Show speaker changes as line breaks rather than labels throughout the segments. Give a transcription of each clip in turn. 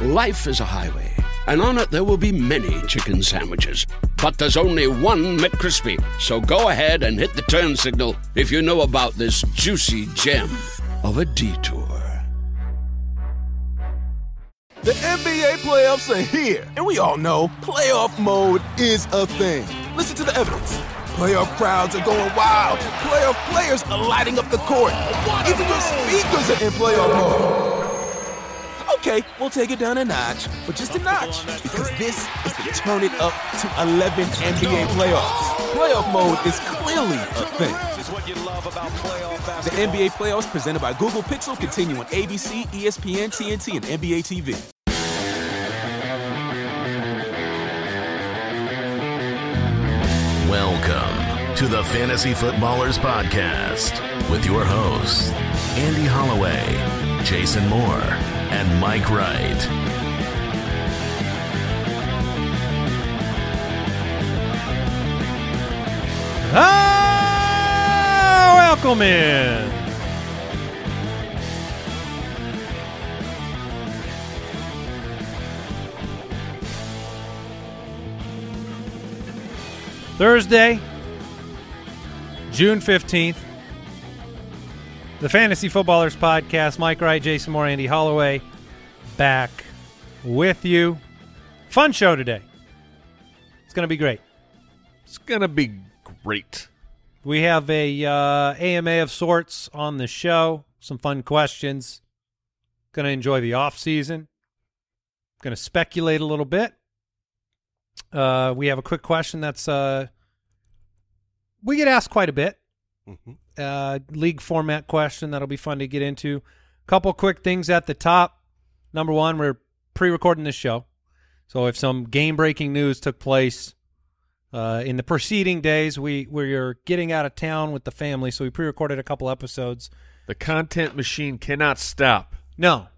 Life is a highway, and on it there will be many chicken sandwiches. But there's only one McCrispy. So go ahead and hit the turn signal if you know about this juicy gem of a detour.
The NBA playoffs are here, and we all know playoff mode is a thing. Listen to the evidence. Playoff crowds are going wild. Playoff players are lighting up the court. Even your speakers are in playoff mode. Okay, we'll take it down a notch, but just a notch, because this is the turn it up to 11 NBA playoffs. Playoff mode is clearly a thing. The NBA playoffs presented by Google Pixel continue on ABC, ESPN, TNT, and NBA TV.
Welcome to the Fantasy Footballers Podcast with your hosts, Andy Holloway, Jason Moore, and Mike Wright.
Ah, welcome in. Thursday, June 15th. The Fantasy Footballers Podcast. Mike Wright, Jason Moore, Andy Holloway back with you. Fun show today. It's going to be great.
It's gonna be great.
We have a uh, AMA of sorts on the show. Some fun questions. Going to enjoy the off season. Going to speculate a little bit. Uh, we have a quick question that's uh, we get asked quite a bit. Uh, league format question that'll be fun to get into. Couple quick things at the top. Number one, we're pre-recording this show, so if some game-breaking news took place uh, in the preceding days, we we are getting out of town with the family, so we pre-recorded a couple episodes.
The content machine cannot stop.
No,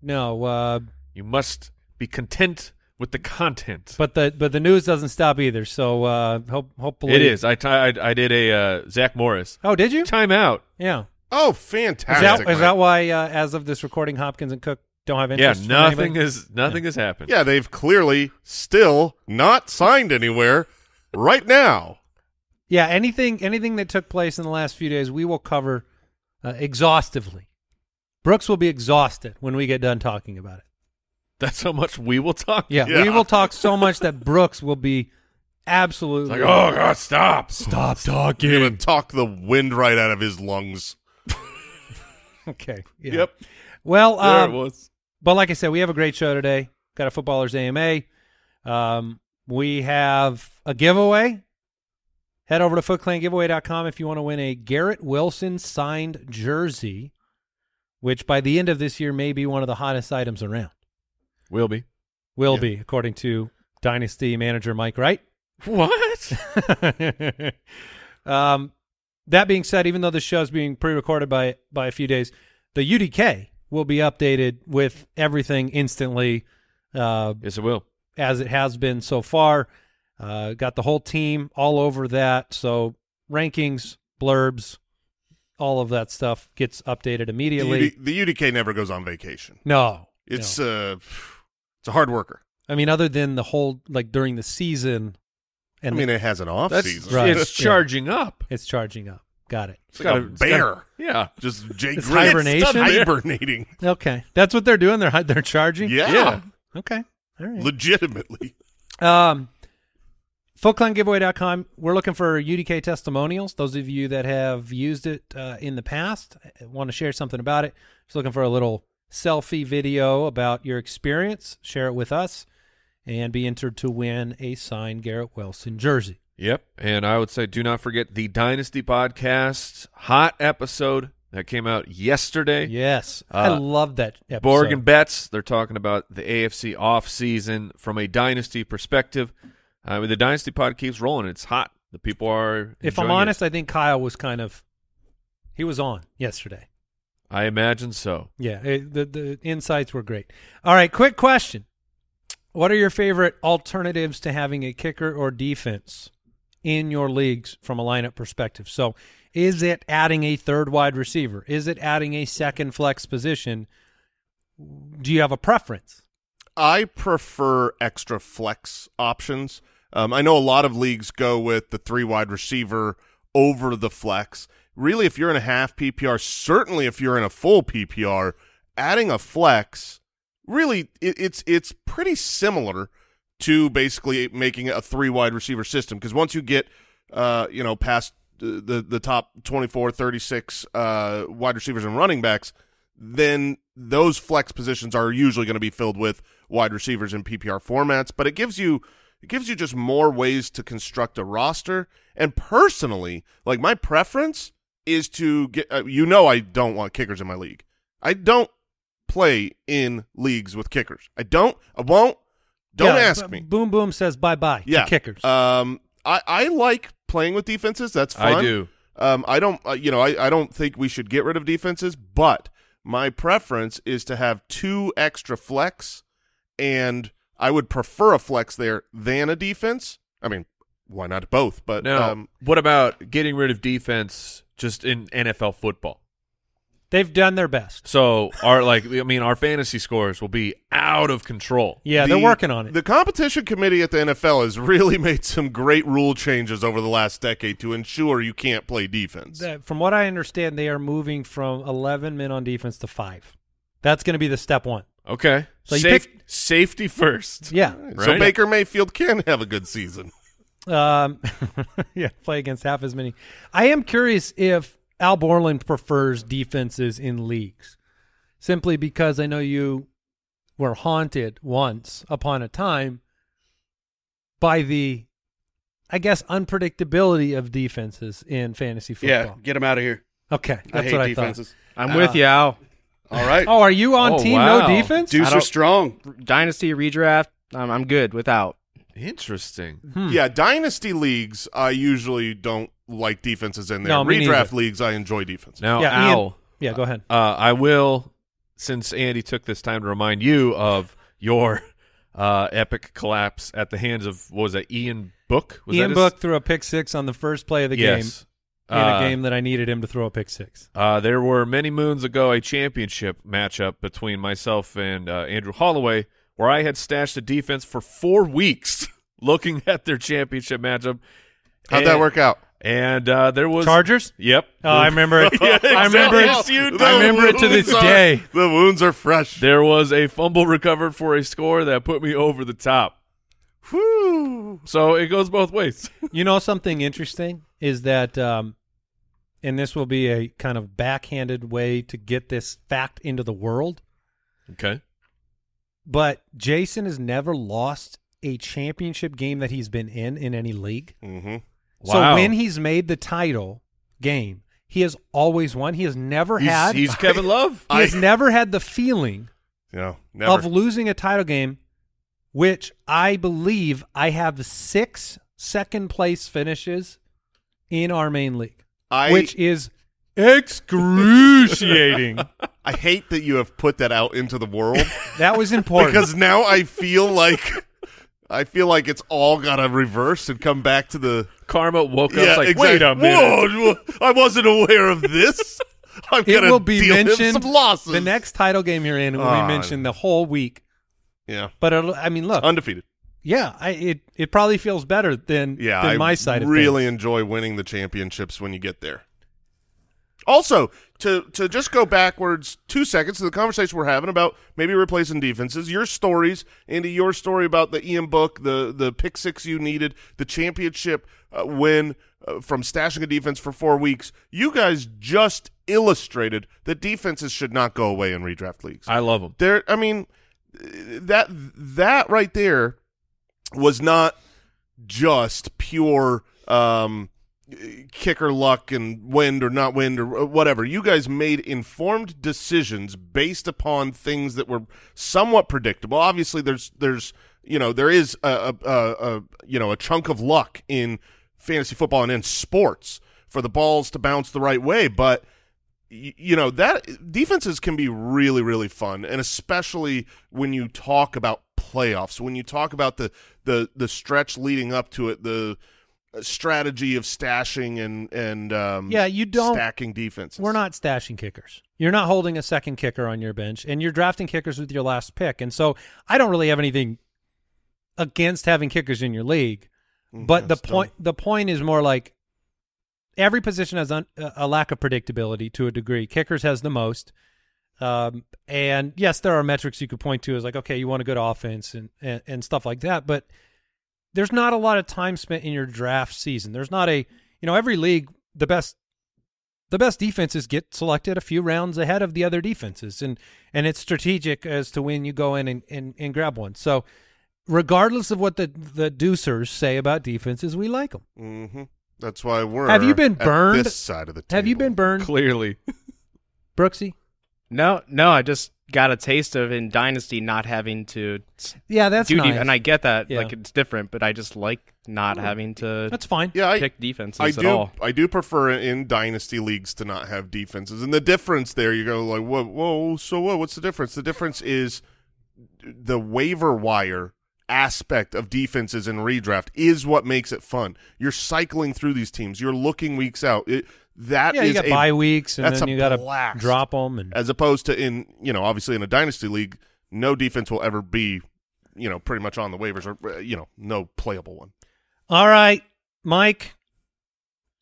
no, uh,
You must be content with the content.
but the but the news doesn't stop either. So uh, hope hopefully
it is. I ti- I I did a uh, Zach Morris
Oh, did you?
timeout.
Yeah.
Oh,
Is
fantastic!
that, is that why uh, as of this recording, Hopkins and Cook don't have
Yeah,
interest? from
nothing
anybody?
is nothing has happened.
yeah, they've clearly still not signed anywhere right now.
Yeah, anything anything that took place in the last few days, we will cover uh, exhaustively. Brooks will be exhausted when we get done talking about it.
that's how much we will talk.
Yeah, we
Yeah.
will talk so much that Brooks will be
It's
absolutely
like oh god, stop, stop
You're gonna
talking.
talk the wind right out of his lungs.
okay. yeah.
Yep,
Well,
there
um,
it was.
But like I said, we have a great show today. Got a footballers AMA. Um, we have a giveaway. Head over to footclangiveaway.com if you want to win a Garrett Wilson signed jersey, which by the end of this year may be one of the hottest items around.
Will be
Will be, according to Dynasty manager Mike Wright.
what?
um, that being said, even though the show's being pre-recorded by by a few days, the UDK will be updated with everything instantly, uh,
yes, it will.
as it has been so far. Uh, got the whole team all over that, so rankings, blurbs, all of that stuff gets updated
The,
immediately.
UD the UDK never goes on vacation.
no,
It's
no.
uh, it's a hard worker.
I mean, other than the whole like during the season, and
I mean, it has an off
That's
season.
Right.
it's
Yeah.
charging up.
it's charging up. Got it.
It's like a
it's gotta-
bear.
yeah,
Just Jake
It's
Green.
hibernation?
It's hibernating.
Okay, that's what they're doing. They're hi- they're charging.
Yeah.
Yeah.
Okay. All right.
legitimately.
Um, FolklandGiveaway.com. We're looking for UDK testimonials. Those of you that have used it uh, in the past want to share something about it. Just looking for a little selfie video about your experience. Share it with us and be entered to win a signed Garrett Wilson jersey.
Yep. And I would say do not forget the Dynasty Podcast hot episode that came out yesterday.
Yes. I
Uh,
love that episode.
Borg and Betts, they're talking about the AFC offseason from a dynasty perspective. I mean, the dynasty pod keeps rolling. It's hot. The people are.
if I'm
enjoying it.
honest, I think Kyle was kind of, he was on yesterday.
I imagine so.
Yeah, it, the the insights were great. All right, quick question: What are your favorite alternatives to having a kicker or defense in your leagues from a lineup perspective? So, is it adding a third wide receiver? Is it adding a second flex position? Do you have a preference?
I prefer extra flex options. Um, I know a lot of leagues go with the three wide receiver over the flex. Really, if you're in a half PPR, certainly if you're in a full PPR, adding a flex really it, it's it's pretty similar to basically making a three wide receiver system because once you get uh you know past the the, the top 24 36 uh wide receivers and running backs then those flex positions are usually going to be filled with wide receivers in PPR formats but it gives you it gives you just more ways to construct a roster and personally like my preference is to get uh, you know I don't want kickers in my league I don't play in leagues with kickers. I don't. I won't. Don't
Yeah,
ask
b-
me.
Boom Boom says bye bye.
Yeah,
to kickers.
Um, I I like playing with defenses. That's fun.
I do.
Um, I don't. Uh, you know, I I don't think we should get rid of defenses, but my preference is to have two extra flex, and I would prefer a flex there than a defense. I mean, why not both? But
Now,
um,
what about getting rid of defense just in NFL football?
They've done their best.
So our like, I mean, our fantasy scores will be out of control.
Yeah,
the-
they're working on it.
The competition committee at the NFL has really made some great rule changes over the last decade to ensure you can't play defense.
That- from what I understand, they are moving from 11 men on defense to five. That's going to be the step one.
Okay.
So you
Safe- safety first.
Yeah.
So
Right.
Baker Mayfield can have a good season.
Um, yeah, play against half as many. I am curious if Al Borland prefers defenses in leagues, simply because I know you were haunted once upon a time by the, I guess, unpredictability of defenses in fantasy
Yeah,
football.
get him out of here.
Okay, that's
I hate
what I
defenses.
I'm with you, Al.
Thought. All right.
thought. Oh, are you on
Oh,
team
wow.
no defense?
I
Deuce are
don't-
strong.
Dynasty redraft. I'm, I'm good without.
Interesting.
hmm.
Yeah, dynasty leagues, I usually don't like defenses in there.
No, me
Redraft
neither.
leagues, I enjoy defense.
Now,
yeah, Ian-
Al,
yeah, go ahead.
uh, I will, since Andy took this time to remind you of your uh, epic collapse at the hands of what was that Ian Book? Was that
Ian
his-
Book threw a pick six on the first play of the
yes.
game in
Uh,
a game that I needed him to throw a pick six.
Uh, there were many moons ago a championship matchup between myself and uh, Andrew Holloway where I had stashed the defense for four weeks looking at their championship matchup.
How'd
Eh.
that
And-
work out?
And uh, there was
Chargers.
Yep.
Oh, I remember it. I remember
Yes,
it.
you do.
I remember it to this
Wounds are-
day.
The wounds are fresh.
There was a fumble recovered for a score that put me over the top.
Whew.
So it goes both ways.
You know something interesting is that, um, and this will be a kind of backhanded way to get this fact into the world,
Okay.
but Jason has never lost a championship game that he's been in in any league.
hmm
Wow.
So when he's made the title game, he has always won. He has never
He's,
had.
he's Kevin Love.
he has never had the feeling
Yeah, never.
of losing a title game, which I believe I have six second place finishes in our main league,
I,
which is excruciating.
I hate that you have put that out into the world.
that was important.
because now I feel like I feel like it's all gotta reverse and come back to the
Karma woke up. it's like, wait a
exact-
minute.
Whoa, whoa, I wasn't aware of this. I'm
it
gonna
will be
deal with
mentioned
some losses.
the next title game you're in will
Ah.
be mentioned the whole week.
yeah,
But it'll, I mean, look,
undefeated.
yeah, I, it it probably feels better than
Yeah,
than
I
my side.
really
of
enjoy winning the championships when you get there. Also, to to just go backwards two seconds to the conversation we're having about maybe replacing defenses, your stories, Andy, your story about the Ian Book, the the pick six you needed, the championship uh, win uh, from stashing a defense for four weeks. You guys just illustrated that defenses should not go away in redraft leagues.
I love him.
There, I mean, that that right there was not just pure um, kicker luck and wind or not wind or uh, whatever. You guys made informed decisions based upon things that were somewhat predictable. Obviously, there's there's you know there is a, a, a, a you know a chunk of luck in fantasy football and in sports for the balls to bounce the right way, but y- you know that defenses can be really really fun and especially when you talk about playoffs when you talk about the the the stretch leading up to it the strategy of stashing and and um,
Yeah, you don't-
stacking defenses.
We're not stashing kickers. You're not holding a second kicker on your bench, and you're drafting kickers with your last pick. And so I don't really have anything against having kickers in your league,
Mm,
but the
that's
point the point is more like every position has un, a a lack of predictability to a degree. Kickers has the most. Um, and yes, there are metrics you could point to as like, okay, you want a good offense and, and, and stuff like that. But there's not a lot of time spent in your draft season. There's not a, you know, every league, the best the best defenses get selected a few rounds ahead of the other defenses and and it's strategic as to when you go in and, and, and grab one so regardless of what the the deucers say about defenses we like them
dumb. Mhm. That's why we're.
Have you been
at
burned?
This side of the table.
have you been burned
Clearly,
brooksy
No, no, I just got a taste of in Dynasty not having to
yeah that's
do
nice.
def- and I get that
Yeah.
like it's different, but I just like not having to
that's fine
Yeah, I,
pick defenses
I
at
do.
all.
I do prefer in dynasty leagues to not have defenses, and the difference there, you go like, whoa, whoa, so what? What's the difference? The difference is the waiver wire aspect of defenses in redraft is what makes it fun. You're cycling through these teams. You're looking weeks out. It, that
yeah you
is
got
a-
bye weeks and
that's
then
a
you got to
blast.
drop them and
as opposed to in you know obviously in a dynasty league, no defense will ever be you know pretty much on the waivers or uh, you know no playable one.
all right mike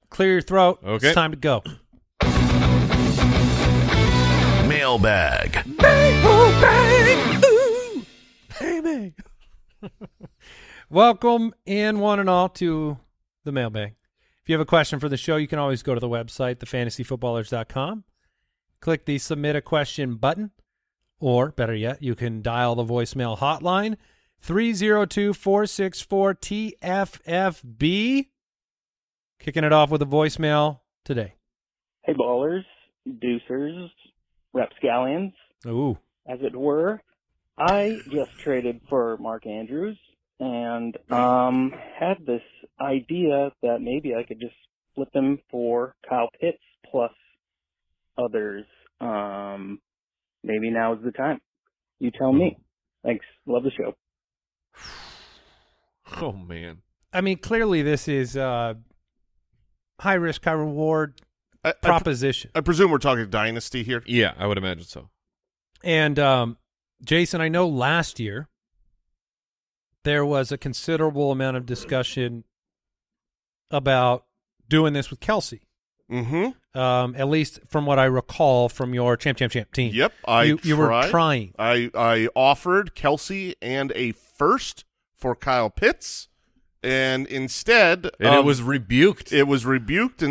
clear your throat
Okay.
it's time to go
Mailbag.
Welcome in, one and all, to the mailbag. If you have a question for the show, you can always go to the website, thefantasyfootballers.com. Click the submit a question button, or better yet, you can dial the voicemail hotline 302 464 TFFB. Kicking it off with a voicemail today.
Hey, ballers, deucers, rapscallions,
Ooh.
as it were. I just traded for Mark Andrews and um, had this idea that maybe I could just flip him for Kyle Pitts plus others. Um, maybe now is the time. You tell me. Thanks. Love the show.
oh man,
I mean, clearly, this is uh, high risk, high reward
I, I, pr-
proposition.
I presume we're talking dynasty here.
yeah, I would imagine so.
And um, Jason, I know last year there was a considerable amount of discussion about doing this with Kelsey.
Mm-hmm.
Um, at least from what I recall from your champ, champ, champ team.
Yep, I
you, you were
tried.
trying.
I I offered Kelsey and a first for Kyle Pitts, and instead
And it
of-
was rebuked
it was rebuked
by an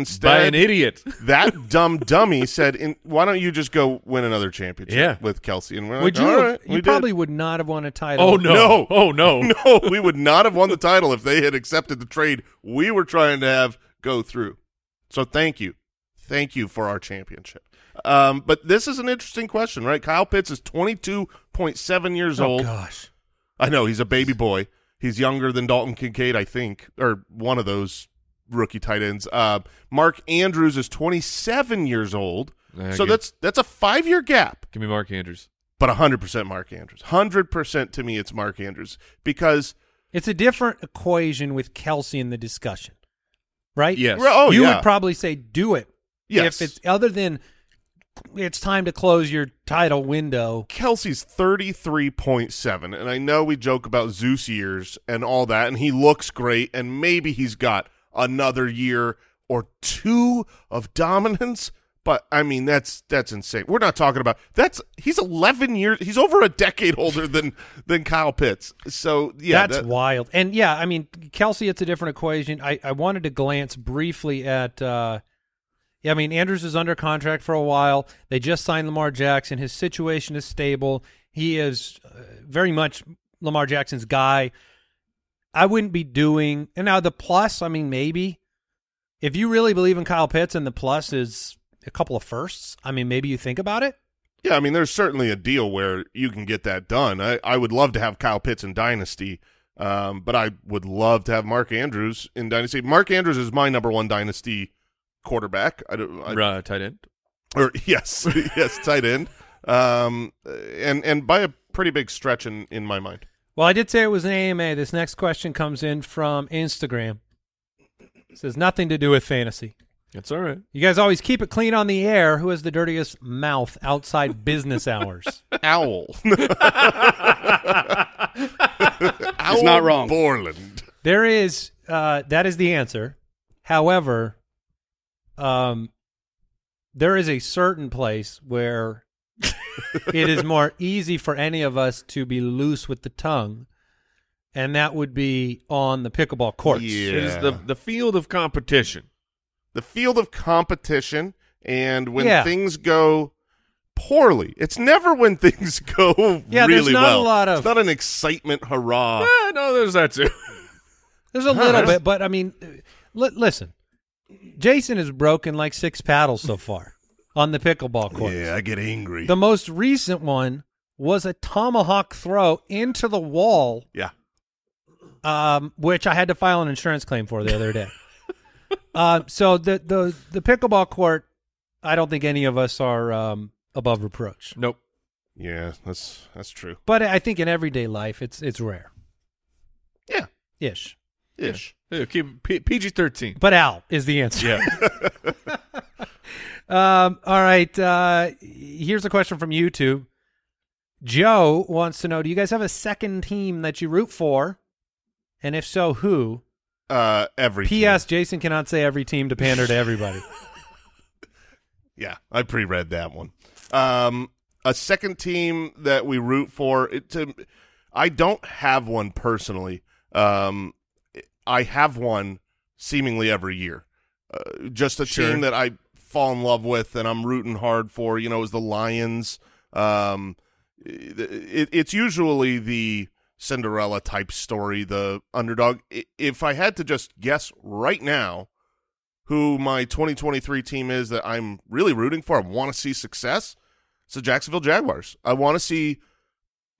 instead.
idiot.
that dumb dummy said, in, "Why don't you just go win another championship
Yeah.
with Kelsey?" And we're like,
Would you?
"All
have-
right, we
you
did."
probably would not have won a title.
Oh no!
No.
Oh no!
no, we would not have won the title if they had accepted the trade we were trying to have go through. So thank you, thank you for our championship. Um, but this is an interesting question, right? Kyle Pitts is twenty two point seven years
Oh
old.
gosh.
I know he's a baby boy. He's younger than Dalton Kincaid, I think, or one of those rookie tight ends. Uh, Mark Andrews is 27 years old,
Yeah,
so
give-
that's that's a five year gap.
Give me Mark Andrews.
But 100% Mark Andrews. 100% to me, it's Mark Andrews because
It's a different equation with Kelsey in the discussion, right?
Yes.
Oh,
you
yeah.
would probably say do it
yes,
if it's other than it's time to close your title window.
Kelsey's 33.7, and I know we joke about Zeus years and all that, and he looks great, and maybe he's got another year or two of dominance. But I mean, that's that's insane. We're not talking about that's he's 11 years, he's over a decade older than than Kyle Pitts. So yeah,
that's
that-
wild. And yeah, I mean, Kelsey, it's a different equation. I, I wanted to glance briefly at. Uh, yeah, I mean, Andrews is under contract for a while. They just signed Lamar Jackson. His situation is stable. He is uh, very much Lamar Jackson's guy. I wouldn't be doing. And now the plus, I mean, maybe if you really believe in Kyle Pitts and the plus is a couple of firsts, I mean, maybe you think about it.
Yeah, I mean, there's certainly a deal where you can get that done. I, I would love to have Kyle Pitts in Dynasty, um, but I would love to have Mark Andrews in Dynasty. Mark Andrews is my number one Dynasty quarterback. I don't, I,
Uh, tight end.
or yes, yes, tight end, um, and and by a pretty big stretch in in my mind.
Well, I did say it was an AMA. This next question comes in from Instagram. This has nothing to do with fantasy.
That's all right.
You guys always keep it clean on the air. Who has the dirtiest mouth outside business hours?
Owl.
Owl
not wrong.
Borland.
There is uh, that is the answer. However, um, there is a certain place where it is more easy for any of us to be loose with the tongue, and that would be on the pickleball courts.
Yeah.
It is the the field of competition.
the field of competition and when
Yeah.
things go poorly. It's never when things go
Yeah, there's
really
not a
well.
lot of- Ah.
it's not an excitement hurrah.
Eh, no, there's that too.
There's a little bit, but I mean, li- listen, Jason has broken like six paddles so far on the pickleball courts.
yeah, I get angry.
The most recent one was a tomahawk throw into the wall
yeah.
um, which I had to file an insurance claim for the other day. uh, so the the the pickleball court, I don't think any of us are um, above reproach.
Nope.
Yeah, that's that's true.
But I think in everyday life, it's it's rare
Yeah.
ish.
Ish.
Yeah, keep P- PG thirteen.
But Al is the answer.
Yeah.
Um, all right. Uh, here's a question from YouTube. Joe wants to know: Do you guys have a second team that you root for? And if so, who?
Uh every
P.S. Jason cannot say every team to pander to everybody.
Yeah, I pre-read that one. Um, a second team that we root for. It, to, I don't have one personally. Um, I have one seemingly every year. Uh, just a team that I fall in love with and I'm rooting hard for. You know, is the Lions. Um, it, it's usually the Cinderella type story, the underdog. I- If I had to just guess right now, who my 2023 team is that I'm really rooting for. I want to see success. It's the Jacksonville Jaguars. I want to see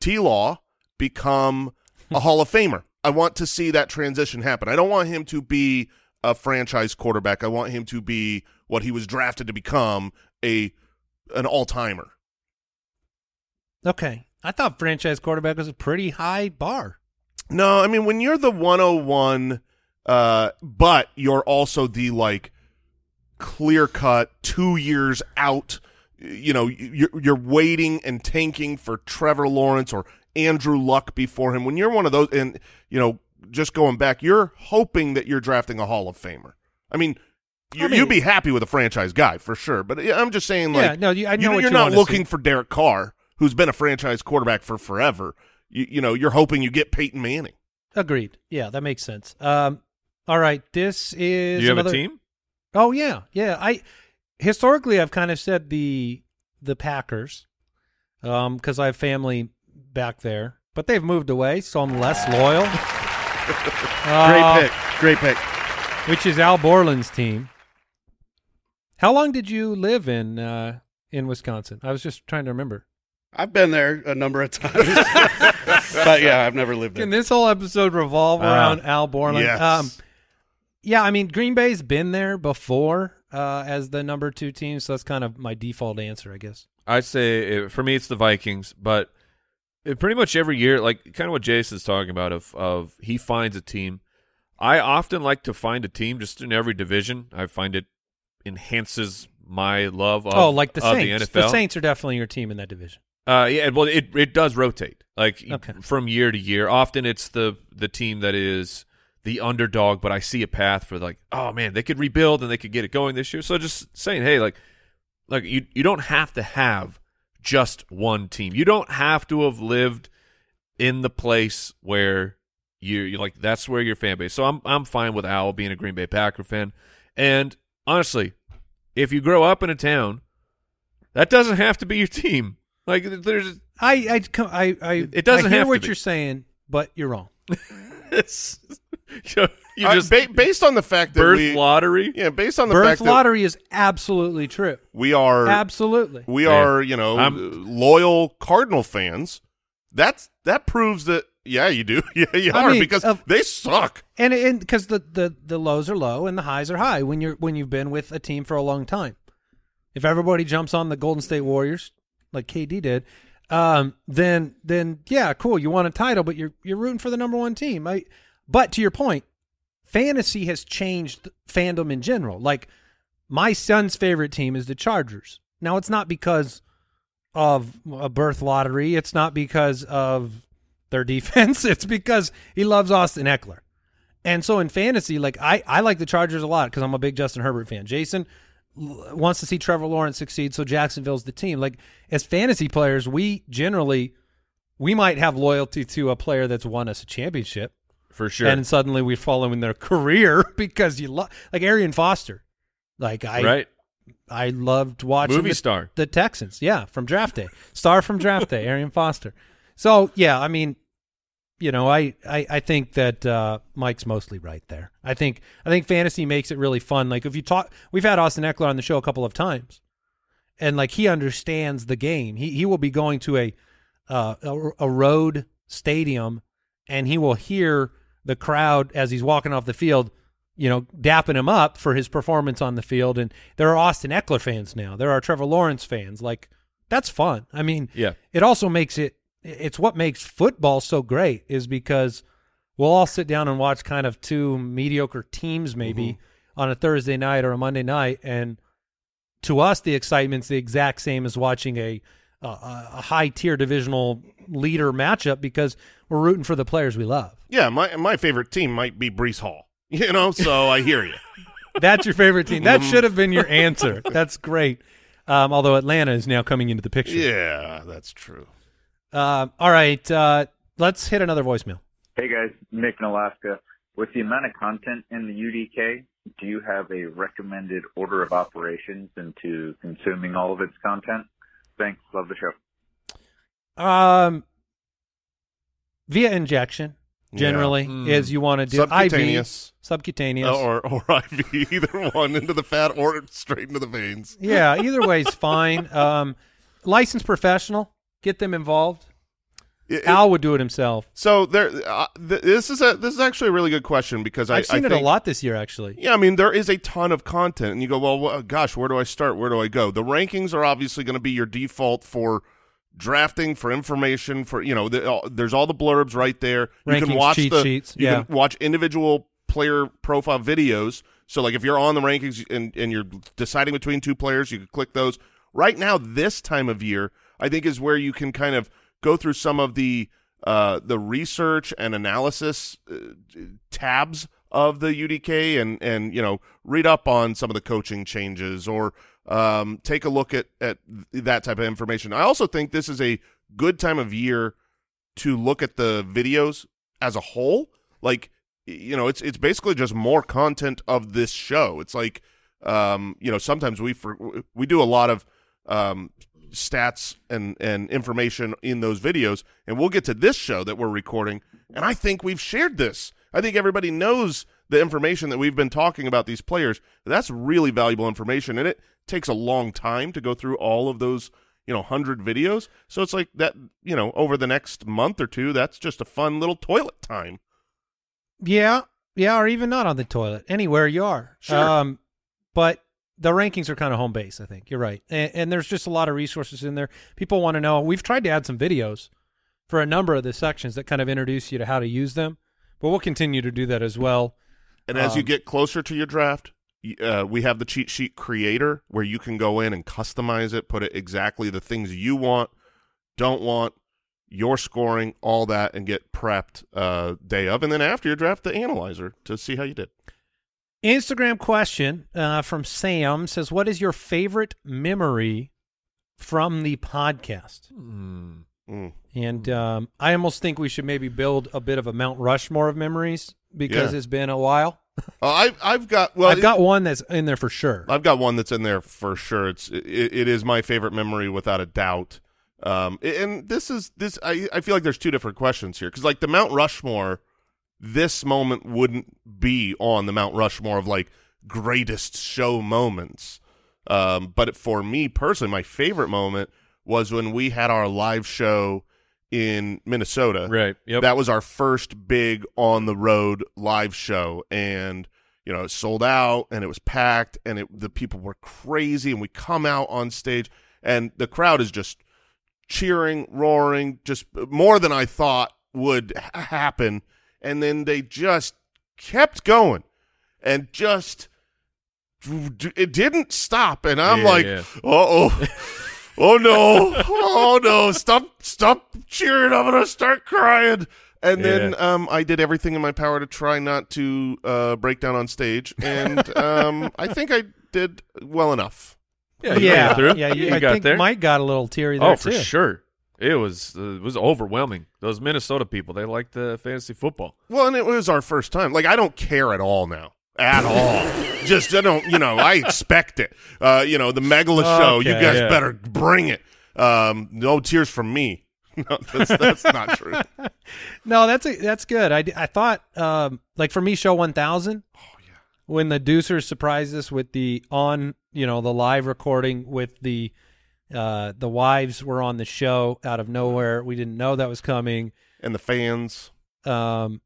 T Law become a Hall of Famer. I want to see that transition happen. I don't want him to be a franchise quarterback. I want him to be what he was drafted to become a an all timer.
Okay. I thought franchise quarterback was a pretty high bar.
No, I mean when you're the 101 uh but you're also the like clear cut 2 years out, you know, you're you're waiting and tanking for Trevor Lawrence or Andrew Luck before him. When you're one of those and you know, just going back, you're hoping that you're drafting a Hall of Famer. I mean, you,
I mean-
you'd be happy with a franchise guy for sure, but yeah, I'm just saying, like,
Yeah, no, you- I know
you,
what
are
you
not
wanna see.
looking for Derek Carr, who's been a franchise quarterback for forever. You, you know, you're hoping you get Peyton Manning.
Agreed. Yeah, that makes sense. Um, all right. This
Do
is
you have
another-
a team?
Oh yeah, yeah. I historically I've kind of said the the Packers because I have family back there, but they've moved away, so I'm less loyal.
Great
Uh,
pick. Great pick.
Which is Al Borland's team. How long did you live in uh, in Wisconsin? I was just trying to remember.
I've been there a number of times, but yeah, I've never lived there.
Can this whole episode revolve
Ah,
around Al Borland? Um,
yes.
yeah, I mean Green Bay's been there before uh, as the number two team, so that's kind of my default answer, I guess.
I say uh for me it's the Vikings, but it, pretty much every year, like kind of what Jason's talking about, of of he finds a team. I often like to find a team just in every division. I find it enhances my love of
oh, like the
of
Saints.
The NFL.
Saints are definitely your team in that division.
Uh, yeah, well, it it does rotate like e,
Okay.
from year to year. Often it's the the team that is the underdog, but I see a path for like, oh man, they could rebuild and they could get it going this year. So just saying, hey, like, like you you don't have to have just one team. You don't have to have lived in the place where you you like that's where your fan base. So I'm I'm fine with Owl being a Green Bay Packer fan. And honestly, if you grow up in a town, that doesn't have to be your team. Like there's
I I co- I, I
It doesn't
I hear
have to
what
be.
you're saying, but you're wrong.
it's, you, know, you
Uh,
just
ba- based on the fact that
birth
we,
lottery.
yeah, based on the
Birth
fact
lottery is absolutely true.
that we are,
Absolutely.
we are, you know,
I'm-
loyal Cardinal fans. That's that proves that yeah, you do, yeah, you
I
are
mean,
because
of-
they suck.
and and because the, the the lows are low and the highs are high when you're when you've been with a team for a long time. If everybody jumps on the Golden State Warriors like KD did, um, then then yeah, cool. You want a title, but you're you're rooting for the number one team. I, but to your point, fantasy has changed fandom in general. Like my son's favorite team is the Chargers. Now it's not because of a birth lottery. It's not because of their defense. It's because he loves Austin Eckler. And so in fantasy, like I, I like the Chargers a lot because I'm a big Justin Herbert fan. Jason l- wants to see Trevor Lawrence succeed, so Jacksonville's the team. Like as fantasy players, we generally we might have loyalty to a player that's won us a championship,
for sure.
and suddenly we're following their career because you love like Arian Foster. Like I
right?
I loved watching
Movie
the,
star.
the Texans. Yeah, from draft day, star from draft day, Arian Foster. So yeah, I mean, you know, I I, I think that uh, Mike's mostly right there. I think I think fantasy makes it really fun. Like if you talk, we've had Austin Eckler on the show a couple of times, and like he understands the game. He he will be going to a uh, a, a road stadium, and he will hear the crowd as he's walking off the field you know, dapping him up for his performance on the field. And there are Austin Eckler fans now. There are Trevor Lawrence fans. Like, that's fun. I mean,
Yeah.
it also makes it, it's what makes football so great is because we'll all sit down and watch kind of two mediocre teams maybe on a Thursday night or a Monday night. And to us, the excitement's the exact same as watching a, a, a high tier divisional leader matchup because we're rooting for the players we love.
Yeah, my my favorite team might be Brees Hall. You know, so I hear you.
That's your favorite team. That should have been your answer. That's great. Um, although Atlanta is now coming into the picture.
Yeah, that's true.
Um, all right. Uh, let's hit another voicemail.
Hey guys, Nick in Alaska. With the amount of content in the UDK, do you have a recommended order of operations into consuming all of its content? Thanks. Love the show.
Um, via injection, generally,
Mm.
is you want to do
Subcutaneous. Oh,
IV, subcutaneous.
Or or IV, either one into the fat or straight into the veins.
yeah, either way's fine. Um, licensed professional, get them involved.
It- it-
Al would do it himself.
so there, uh, th- this is a this is actually a really good question because I,
I've seen
I
it
think-
a lot this year, actually.
Yeah, I mean there is a ton of content, and you go, well, wha- gosh, where do I start? Where do I go? The rankings are obviously going to be your default for drafting, for information, for you know, the, all, there's all the blurbs right there. you
Rankings,
can watch
cheat
the
sheets,
you
yeah.
can watch individual player profile videos. So like if you're on the rankings and and you're deciding between two players, you can click those. Right now, this time of year, I think is where you can kind of go through some of the uh, the research and analysis uh, tabs of the UDK and and you know read up on some of the coaching changes or um, take a look at at that type of information. I also think this is a good time of year to look at the videos as a whole. Like y- you know, it's it's basically just more content of this show. It's like um, you know, sometimes we for, we do a lot of um, stats and and information in those videos, and we'll get to this show that we're recording. And I think we've shared this. I think everybody knows the information that we've been talking about these players. That's really valuable information, and it takes a long time to go through all of those you know 100 videos so it's like that you know over the next month or two that's just a fun little toilet time
Yeah, yeah, or even not on the toilet, anywhere you are.
Sure.
Um, but the rankings are kind of home base. I think you're right, and, and there's just a lot of resources in there. People want to know. We've tried to add some videos for a number of the sections that kind of introduce you to how to use them, but we'll continue to do that as well.
And as you
Um,
get closer to your draft, y- uh, we have the cheat sheet creator where you can go in and customize it, put it exactly the things you want, don't want, your scoring, all that, and get prepped uh, day of. And then after your draft, the analyzer to see how you did.
Instagram question uh, from Sam says, "What is your favorite memory from the podcast?"
Mm.
And um, I almost think we should maybe build a bit of a Mount Rushmore of memories because
Yeah.
it's been a while.
Uh, I, I've got well,
I've got one that's in there for sure.
I've got one that's in there for sure. It's it, it is my favorite memory without a doubt. Um, and this is this I I feel like there's two different questions here because like the Mount Rushmore, this moment wouldn't be on the Mount Rushmore of like greatest show moments. Um, but for me personally, my favorite moment was when we had our live show in Minnesota.
Right. Yep.
That was our first big on the road live show, and you know it sold out, and it was packed, and it the people were crazy, and we come out on stage, and the crowd is just cheering, roaring, just more than I thought would ha- happen, and then they just kept going and just it didn't stop and i'm
Yeah,
like
yeah.
uh-oh oh no oh no stop stop cheering i'm gonna start crying and then um, I did everything in my power to try not to uh, break down on stage, and um, I think I did well enough.
Yeah, you made it through.
Yeah, you,
You
I
got
think
there.
Mike got a little teary there
Oh, for
too.
sure. It was uh, it was overwhelming. Those Minnesota people, they like the fantasy football.
Well, and it was our first time. Like I don't care at all now, at all. Just I don't, you know. I expect it. Uh, you know, the Megala show. You
Okay,
guys
yeah.
better bring it. Um, no tears from me. No, that's, that's not true.
No, that's a, that's good. I, d- I thought um like for me show 1000
Oh,
when the Deucer surprised us with the on, you know, the live recording with the uh the wives were on the show out of nowhere. We didn't know that was coming.
And the fans.
Um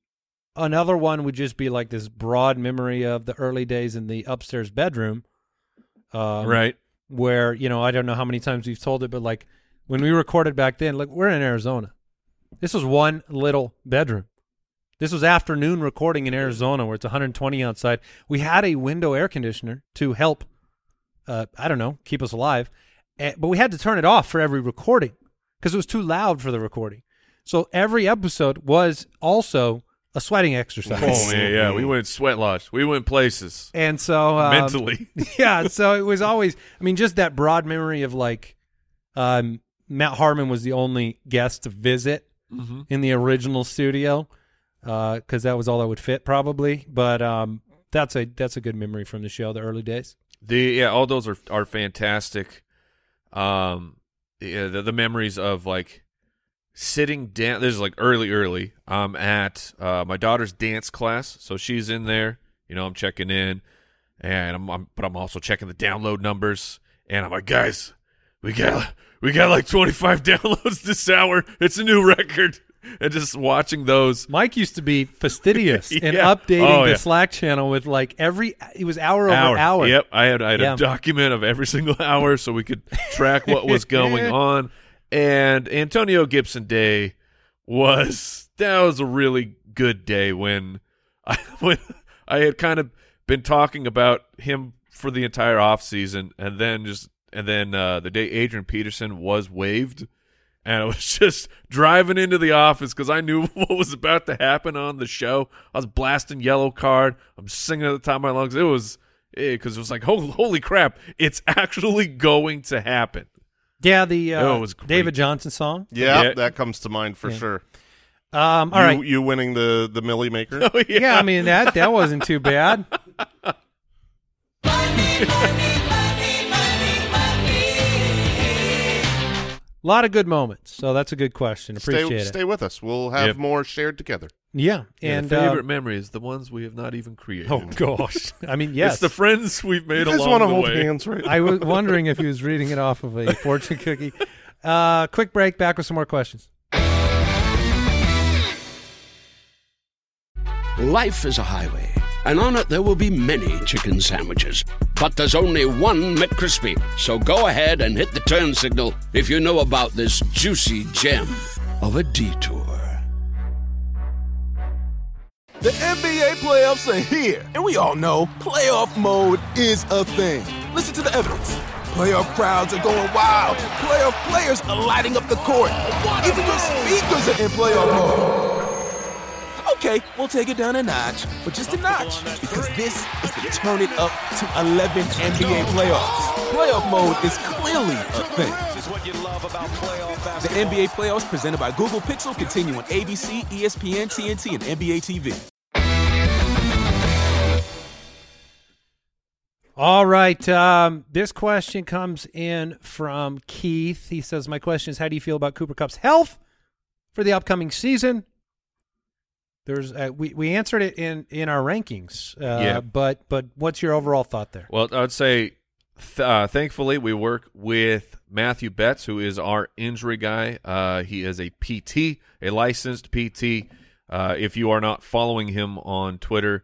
another one would just be like this broad memory of the early days in the upstairs bedroom. Um,
right.
where you know I don't know how many times we've told it, but like when we recorded back then, like we're in Arizona. This was one little bedroom. This was afternoon recording in Arizona where it's 120 outside. We had a window air conditioner to help, uh, I don't know, keep us alive, Eh, but we had to turn it off for every recording because it was too loud for the recording. So every episode was also a sweating exercise.
Oh man, yeah. We went sweat lodge. We went places.
And so um,
Mentally.
yeah. So it was always. I mean, just that broad memory of like, um, Matt Harmon was the only guest to visit
Mm-hmm.
in the original studio, because that was all that would fit probably. But um, that's a that's a good memory from the show, the early days.
The yeah, all those are are fantastic. Um, yeah, the, the memories of like sitting down. This is like early, early. I'm at uh, my daughter's dance class, so she's in there. You know, I'm checking in, and I'm, I'm but I'm also checking the download numbers. And I'm like, guys, we got we got like 25 downloads this hour. It's a new record. And just watching those.
Mike used to be fastidious in
Yeah.
updating
Oh,
the
yeah.
Slack channel with like every it was hour over hour.
Yep, I had I had
Yeah.
a document of every single hour so we could track what was going on. And Antonio Gibson Day was that was a really good day when I when I had kind of been talking about him for the entire offseason and then just and then uh, the day Adrian Peterson was waived and I was just driving into the office because I knew what was about to happen on the show. I was blasting Yellow Card. I'm singing at the top of my lungs. It was because it was like, holy, holy crap, it's actually going to happen.
Yeah, the uh,
Oh, it was great.
David Johnson song.
Yeah,
Yeah.
that comes to mind for sure.
Um, all
you,
right.
you winning the the Millie Maker.
Oh yeah,
yeah, um, I mean that that wasn't too bad. A lot of good moments, so that's a good question. Appreciate
stay
it.
stay with us. We'll have
Yep.
more shared together.
yeah,
Yeah,
and
the
uh,
favorite memories, the ones we have not even created.
oh gosh, I mean yes,
It's the friends we've made
you guys
along
wanna
the
hold
way.
hands right
I was wondering if he was reading it off of a fortune cookie. Uh, quick break. Back with some more questions.
Life is a highway, and on it there will be many chicken sandwiches. But there's only one McCrispy. So go ahead and hit the turn signal if you know about this juicy gem of a detour.
The NBA playoffs are here, and we all know playoff mode is a thing. Listen to the evidence. Playoff crowds are going wild. Playoff players are lighting up the court. Even your speakers are in playoff mode. Okay, we'll take it down a notch, but just a notch, because this is the turn it up to 11 NBA playoffs. Playoff mode is clearly a thing. The NBA playoffs presented by Google Pixel continue on ABC, ESPN, TNT, and NBA TV.
All right. Um, this question comes in from Keith. He says, My question is, how do you feel about Cooper Cup's health for the upcoming season? There's uh, we, we answered it in, in our rankings. Uh,
Yeah.
But but what's your overall thought there?
Well, I'd say, th- uh, thankfully, we work with Matthew Betts, who is our injury guy. Uh, he is a PT, a licensed PT. Uh, if you are not following him on Twitter,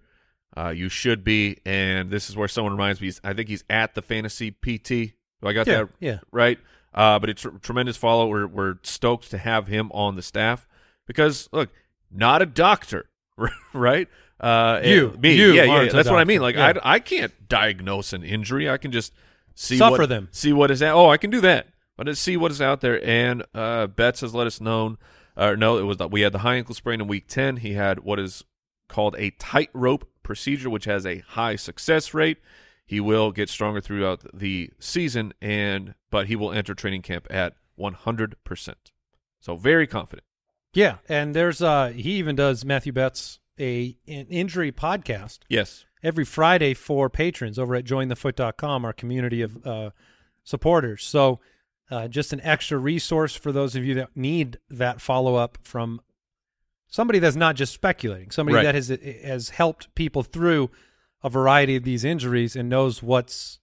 uh, you should be. And this is where someone reminds me. he's- I think he's at the fantasy PT. Do I got
Yeah,
that
yeah.
right? Uh, but it's a tremendous follow. We're, we're stoked to have him on the staff because look, not a doctor, right? Uh, and-
You.
me,
You
yeah, yeah,
aren't
yeah. That's what I
adopted.
mean. Like
Yeah.
I, I can't diagnose an injury. I can just see
Suffer
what,
them.
see what is out. Oh, I can do that. But let's see what is out there. And uh, Betts has let us know. Or no, it was that we had the high ankle sprain in week ten. He had what is called a tightrope procedure, which has a high success rate. He will get stronger throughout the season, and but he will enter training camp at one hundred percent. So very confident.
Yeah, and there's uh he even does Matthew Betts a an injury podcast
Yes.
every Friday for patrons over at jointhefoot.com, our community of uh, supporters. So uh, just an extra resource for those of you that need that follow up from somebody that's not just speculating, somebody
Right.
that has has helped people through a variety of these injuries and knows what's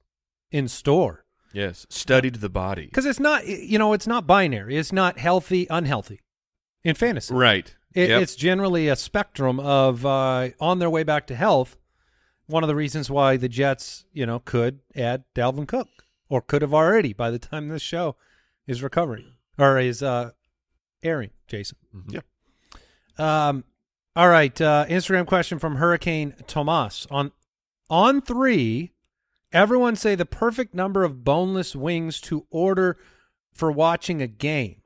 in store.
Yes. Studied the body.
Because it's not, you know, it's not binary. It's not healthy, unhealthy in fantasy.
Right.
It,
Yep.
It's generally a spectrum of uh, on their way back to health. One of the reasons why the Jets, you know, could add Dalvin Cook or could have already by the time this show is recovering or is uh, airing, Jason.
Yep.
Um, all right. Uh, Instagram question from Hurricane Tomas on on three. Everyone say the perfect number of boneless wings to order for watching a game.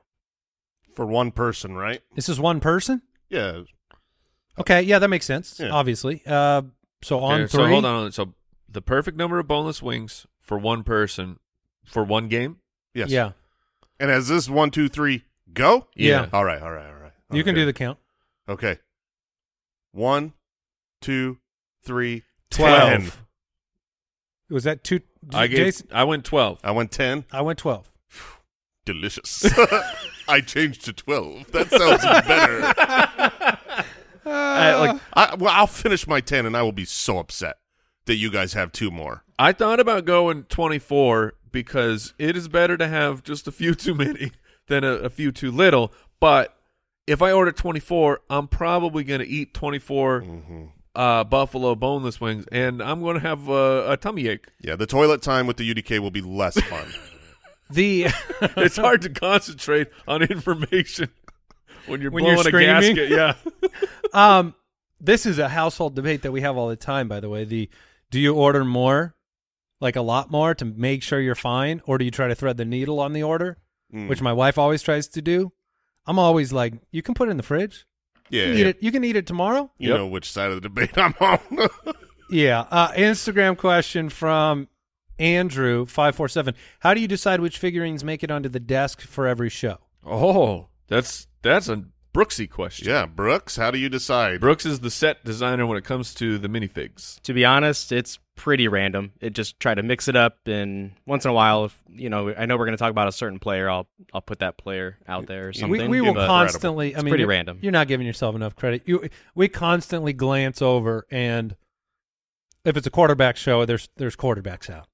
for one person, right?
This is one person.
Yeah,
Okay, yeah, that makes sense.
Yeah.
Obviously. Uh, so on
Okay,
three.
So hold on. So the perfect number of boneless wings for one person for one game.
yes,
Yeah,
And as this one, two, three, go.
Yeah.
All right, all right, all right.
you can do the count.
the. Okay. One, two, three,
Twelve.
10.
Was that two?
I gave,
Jason,
I went twelve.
I went ten.
I went twelve.
Delicious. I changed to twelve. That sounds better.
Uh,
I, like
I, well, I'll finish my ten, and I will be so upset that you guys have two more.
I thought about going twenty four because it is better to have just a few too many than a, a few too little. But if I order twenty four, I'm probably going to eat twenty uh, buffalo boneless wings, and I'm going to have uh, a tummy ache.
Yeah, the toilet time with the UDK will be less fun.
The
it's hard to concentrate on information when you're
When you're
blowing a
screaming?
gasket. Yeah.
um, this is a household debate that we have all the time. By the way, the do you order more, like a lot more, to make sure you're fine, or do you try to thread the needle on the order,
Hmm.
Mm.
which my wife always tries to do? I'm always like, you can put it in the fridge.
yeah,
You can eat it. You can eat it tomorrow.
you
Yep.
know which side of the debate I'm on.
Yeah. Uh, Instagram question from Andrew five four seven. How do you decide which figurines make it onto the desk for every show?
Oh, that's that's a Brooksy question.
yeah, Brooks, how do you decide?
Brooks is the set designer when it comes to the minifigs.
To be honest, it's pretty random. It just try to mix it up, and once in a while, if you know, I know we're going to talk about a certain player. I'll I'll put that player out there or
We,
something.
we will
but-
constantly. I
It's
mean,
pretty
you're-
random.
You're not giving yourself enough credit. You, we constantly glance over, and if it's a quarterback show, there's there's quarterbacks out.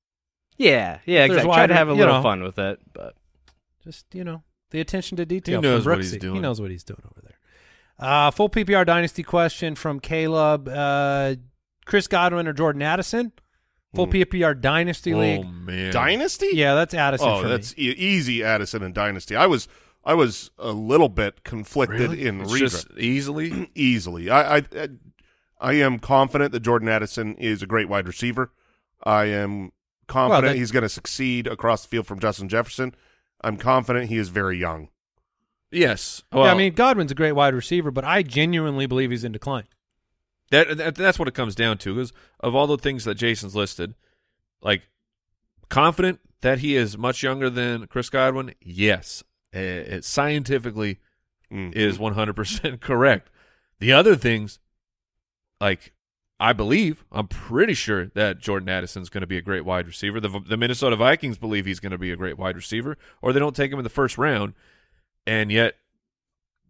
Yeah, yeah,
There's
exactly. Try
wider-
to have a
you
little
know.
fun with it, but
Just you know, the attention to detail.
knows
from
what he's
Brooksy. He
doing.
knows what he's doing over there. Uh, full PPR dynasty question from Caleb, uh, Chris Godwin or Jordan Addison? Full PPR dynasty league.
Oh man,
Dynasty?
Yeah, that's Addison.
Oh,
for me.
that's e- easy, Addison and Dynasty. I was I was a little bit conflicted in
It's
redraft
just easily.
easily. I, I I- I am confident that Jordan Addison is a great wide receiver. I am confident
that-
he's going to succeed across the field from Justin Jefferson. I'm confident he is very young.
Yes.
Yeah,
Well,
I mean, Godwin's a great wide receiver, but I genuinely believe he's in decline.
that, that that's what it comes down to. Because of all the things that Jason's listed, like confident that he is much younger than Chris Godwin. Yes, Eh, it scientifically
Mm.
is 100% correct. The other things, like, I believe, I'm pretty sure that Jordan Addison's going to be a great wide receiver. The, the Minnesota Vikings believe he's going to be a great wide receiver, or they don't take him in the first round. And yet,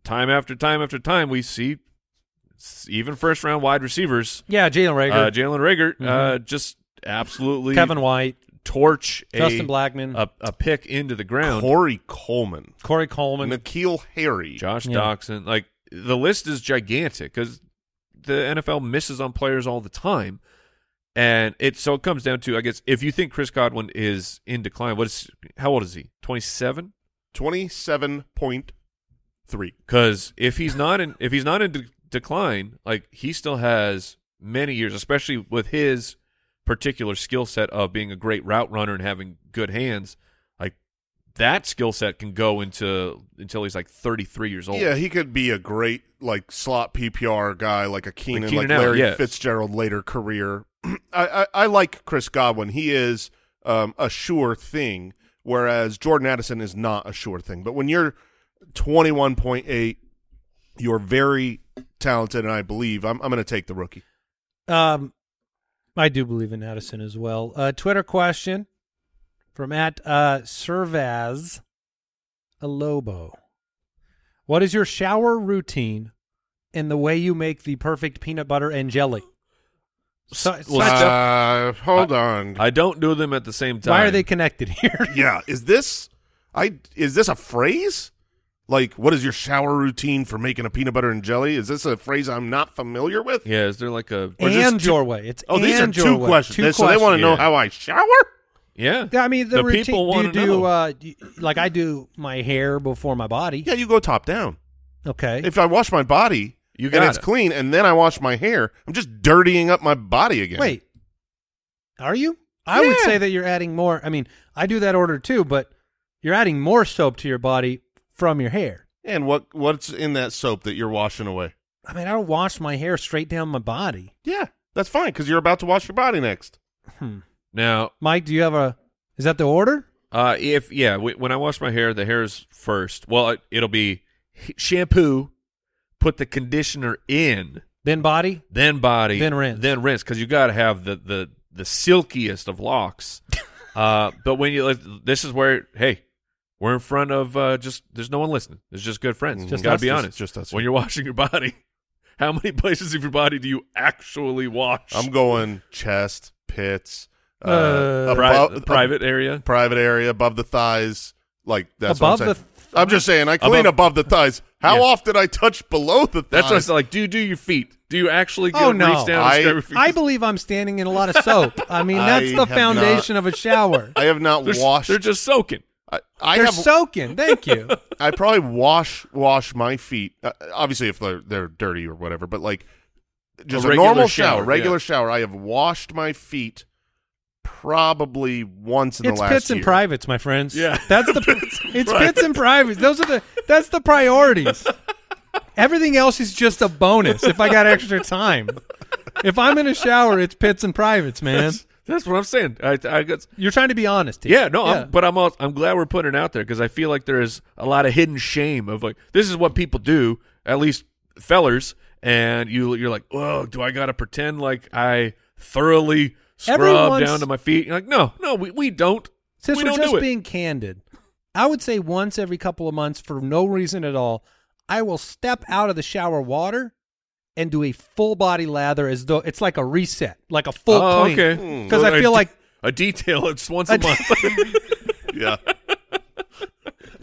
time after time after time, we see s- even first round wide receivers,
Yeah, Jalen
uh,
Rager,
Jalen Rager, uh,
Mhm.
just absolutely
Kevin White,
torch a,
Justin Blackman,
a, a pick into the ground.
Corey Coleman,
Corey Coleman.
Nikhil Harry.
Josh
Yeah.
Doxson. Like the list is gigantic because the NFL misses on players all the time, and it so it comes down to I guess if you think Chris Godwin is in decline, what is how old is he? Twenty seven.
27.3.
Because if he's not in if he's not in de- decline, like he still has many years, especially with his particular skill set of being a great route runner and having good hands. Like that skill set can go into until he's like 33 years old.
Yeah, he could be a great like slot PPR guy, like a Keenan, like,
Keenan Allen,
Larry
yes.
Fitzgerald later career. I, I I like Chris Godwin. He is um, a sure thing, whereas Jordan Addison is not a sure thing. But when you're 21.8, you're very talented, and I believe I'm I'm going to take the rookie.
Um, I do believe in Addison as well. Uh, Twitter question from at uh, Servaz Alobo. What is your shower routine and the way you make the perfect peanut butter and jelly? So,
well,
such-
Uh, hold on.
I don't do them at the same time.
why are they connected here?
yeah, is this I is this a phrase? Like, what is your shower routine for making a peanut butter and jelly? Is this a phrase I'm not familiar with?
Yeah, is there like a
Or just
and
two-
your way. It's
Oh,
and
these are
your
two
way.
questions.
Two
They- so they want
questions.
to know
Yeah.
how I shower?
yeah?
Yeah, I mean the,
The
routine.
people
do you
wanna
do
know.
uh, do you- like I do my hair before my body?
Yeah, you go top down.
Okay.
If I wash my body
You
and
got
it's
it.
clean and then I wash my hair, I'm just dirtying up my body again.
Wait, are you? I would
Yeah.
say that you're adding more. I mean, I do that order too, but you're adding more soap to your body from your hair.
And what what's in that soap that you're washing away?
I mean, I don't wash my hair straight down my body.
Yeah, that's fine because you're about to wash your body next.
Hmm.
Now,
Mike, do you have a? Is that the order?
uh, if yeah, w- when I wash my hair, the hair is first. Well, it, it'll be h- shampoo, put the conditioner in,
Then body.
then body,
Then rinse.
then rinse, because you got to have the the the silkiest of locks. uh, but when you like, this is where hey, we're in front of uh, just there's no one listening. There's just good friends.
Mhm.
Just gotta
Just-
be
just-
honest.
just us.
when you're washing your body, how many places of your body do you actually wash?
I'm going chest, pits, uh,
Uh,
Pri-
abo-
private area.
private area above the thighs, like that's what
Above
I'm saying.
the th-
I'm just saying I clean above,
Above-
the thighs. How
Yeah.
often I touch below the thighs?
That's what I said. Like, do you do your feet? Do you actually go
Oh,
and
no.
reach down
I-
and scrub your feet?
I believe I'm standing in a lot of soap. I mean, that's
I
the
have
foundation of a shower.
I have not
they're, s-
washed.
they're just soaking.
I, I
They're
have.
soaking. Thank you.
I probably wash wash my feet. Uh, obviously, if they're they're dirty or whatever, but like just a,
regular
normal shower,
shower,
regular
yeah.
shower. I have washed my feet probably once in
It's
the last
pits
year.
and privates, my friends.
Yeah.
that's the. it's pits and privates. Those are the. That's the priorities. Everything else is just a bonus. If I got extra time, if I'm in a shower, it's pits and privates, man.
That's what I'm saying. I, I guess.
You're trying to be honest. Here.
Yeah, no, I'm, but I'm all, I'm glad we're putting it out there because I feel like there is a lot of hidden shame of like this is what people do, at least fellers, and you you're like, oh, do I gotta pretend like I thoroughly scrub
Everyone's-
down to my feet? You're like, no, no, we, we don't.
Since
we
are
don't
just
do it.
being candid, I would say once every couple of months, for no reason at all, I will step out of the shower water and do a full body lather as though it's like a reset, like a full
Oh,
clean.
okay.
Because I
A
feel
de-
like
a detail. It's once
A
a
de-
month.
Yeah,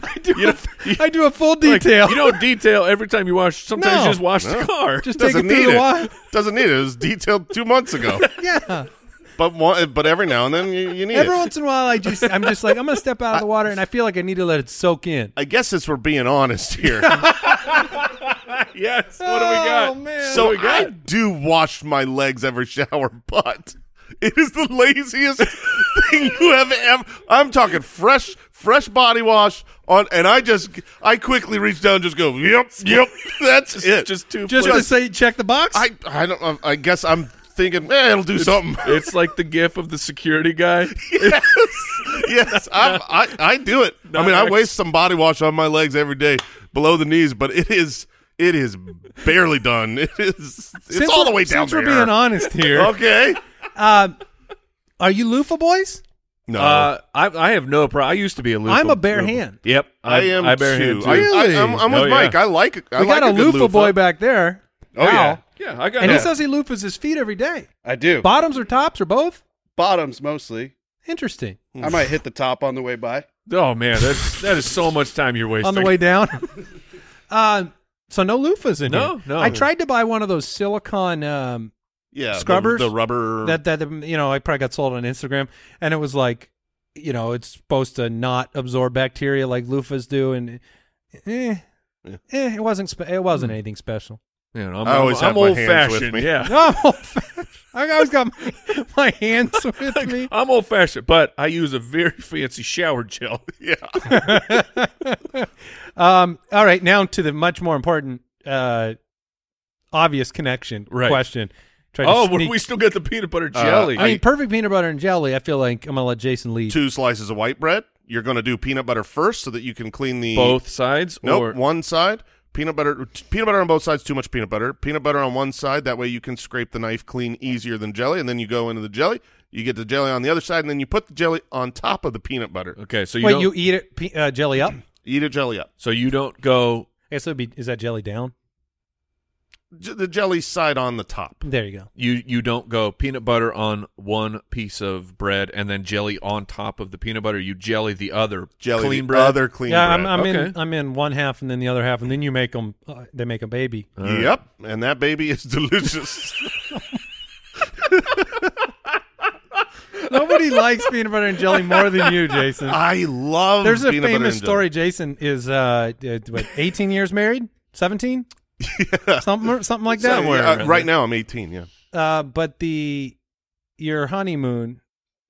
I do,
You
a,
don't-
I do a full
Like,
detail.
you don't detail every time you wash. Sometimes
No.
you just wash the car.
Just take it
doesn't
through
need
the
it.
water.
Doesn't need it. It was detailed two months ago,
Yeah.
but one, but every now and then you, you need
Every
it.
once in a while, I just I'm just like I'm gonna step out of the water, and I feel like I need to let it soak in.
I guess since we're being honest here,
yes. What do we got?
Oh man.
so I do wash my legs every shower, but it is the laziest thing you have ever. I'm talking fresh, fresh body wash on, and I just, I quickly reach down, and just go, yep, yep, that's it.
Just two.
just to say, check the box.
I, I don't, I guess I'm thinking, eh, it'll do something.
It's like the gif of the security guy.
yes, yes, I'm, I, I do it. I mean, I
Nice.
waste some body wash on my legs every day, below the knees, but it is. It is barely done. It is. It's
Since
all the
we're-
way down
Since
there.
we're being honest here,
Okay.
um, are you loofah boys?
No.
Uh, I, I have no problem. I used to be a loofah.
I'm a bare
loofah.
hand.
Yep,
I am
I bare
too.
hand too.
I,
Really?
I, am I'm
Oh,
with
yeah.
Mike. I like. I
we
like
got a loofah,
good
boy back there.
Oh, yeah.
Al.
yeah, I got.
And he
no-
says he loofahs his feet every day.
I do.
Bottoms or tops or both?
Bottoms mostly.
Interesting.
I might hit the top on the way by.
oh man, that's that is so much time you're wasting.
On the way down. um, so no loofahs in
No,
here.
no.
I tried to buy one of those silicon um,
Yeah. the-
Scrubbers?
The, rubber.
that that um, you know I probably got sold on Instagram, and it was like, you know, it's supposed to not absorb
Hmm.
bacteria like loofahs do, and eh, eh, it wasn't spe- it wasn't anything special.
You know, I'm,
I always
I'm,
have my
old
hands with
fashioned.
me.
Yeah,
No, I'm old fashioned. I always got my, my hands with me.
I'm old fashioned, but I use a very fancy shower gel.
Yeah.
Um, all right, now to the much more important, uh, obvious connection
Right.
question. Try to
oh,
sneak-
we still get the peanut butter
Uh,
jelly.
I mean, perfect peanut butter and jelly. I feel like I'm gonna let Jason lead.
Two slices of white bread. You're going to do peanut butter first so that you can clean the
both sides
Nope,
or
one side. Peanut butter, peanut butter on both sides. Too much peanut butter. Peanut butter on one side. That way you can scrape the knife clean easier than jelly. And then you go into the jelly. You get the jelly on the other side, and then you put the jelly on top of the peanut butter.
okay. So you
Wait,
don't,
you eat it pe- uh, jelly up?
Eat a jelly up.
so you don't go
I guess it would be. Is that jelly down?
J- the jelly side on the top.
There you go.
you you don't go peanut butter on one piece of bread and then jelly on top of the peanut butter. You jelly the other
Jelly
clean
the
bread.
Other clean
yeah,
bread.
I'm, I'm in.
Okay.
I'm in one half and then the other half, and then you make them. Uh, they make a baby.
Yep, and that baby is delicious.
Nobody likes peanut butter and jelly more than you, Jason.
I love.
There's a
peanut butter
famous
and jelly.
story. Jason is uh, uh, what, 18 years married, 17, something something like that.
Somewhere, uh, right now, I'm 18. Yeah.
Uh, but the your honeymoon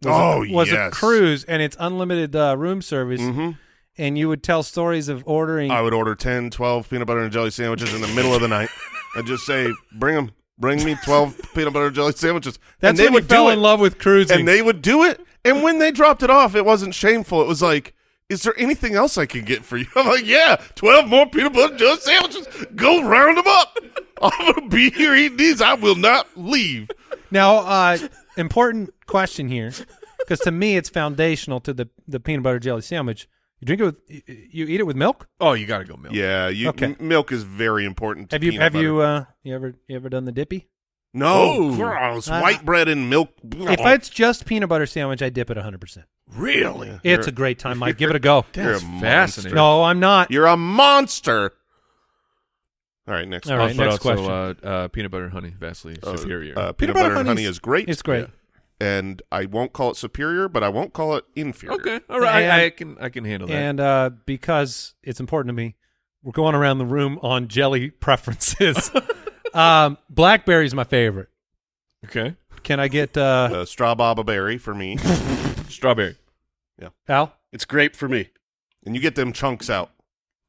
was,
Oh,
a, was
yes.
a cruise, and it's unlimited uh, room service,
hmm
and you would tell stories of ordering.
I would order 10, 12 peanut butter and jelly sandwiches in the middle of the night. I'd just say, "Bring them, bring me 12 peanut butter and jelly sandwiches."
That's
and they
when
would
you fell
do
in
it.
love with cruising.
and they would do it. And when they dropped it off, it wasn't shameful. It was like, is there anything else I could get for you? I'm like, yeah, 12 more peanut butter and jelly sandwiches. Go round them up. I'm going to be here eating these. I will not leave.
Now, uh, important question here, because to me it's foundational to the the peanut butter jelly sandwich. You drink it with, y- y- you eat it with milk.
Oh, you got to go milk.
Yeah, you,
Okay.
m- milk is very important. To
Have you
peanut
have
butter.
you uh, you ever you ever done the dippy?
No,
Oh.
gross.
Uh,
white bread and milk.
If it's just peanut butter sandwich, I dip it 100. percent
really,
It's a great time, Mike. Give it a go.
you're a
That's
monster.
fascinating.
No, I'm not.
You're a monster. All right, next.
All right,
but
next
also,
question.
Uh, uh, peanut butter and honey vastly
Uh,
superior.
uh, peanut, butter and honey
honey's-
is great.
It's great.
and I won't call it superior, but I won't call it inferior.
okay, all right,
And-
I, I can I can handle that.
And uh, because it's important to me, we're going around the room on jelly preferences. um, Blackberry's my favorite.
okay,
Can I get uh,
Uh, straw baba berry for me,
strawberry.
Uh,
Al?
It's grape for me.
and you get them chunks out.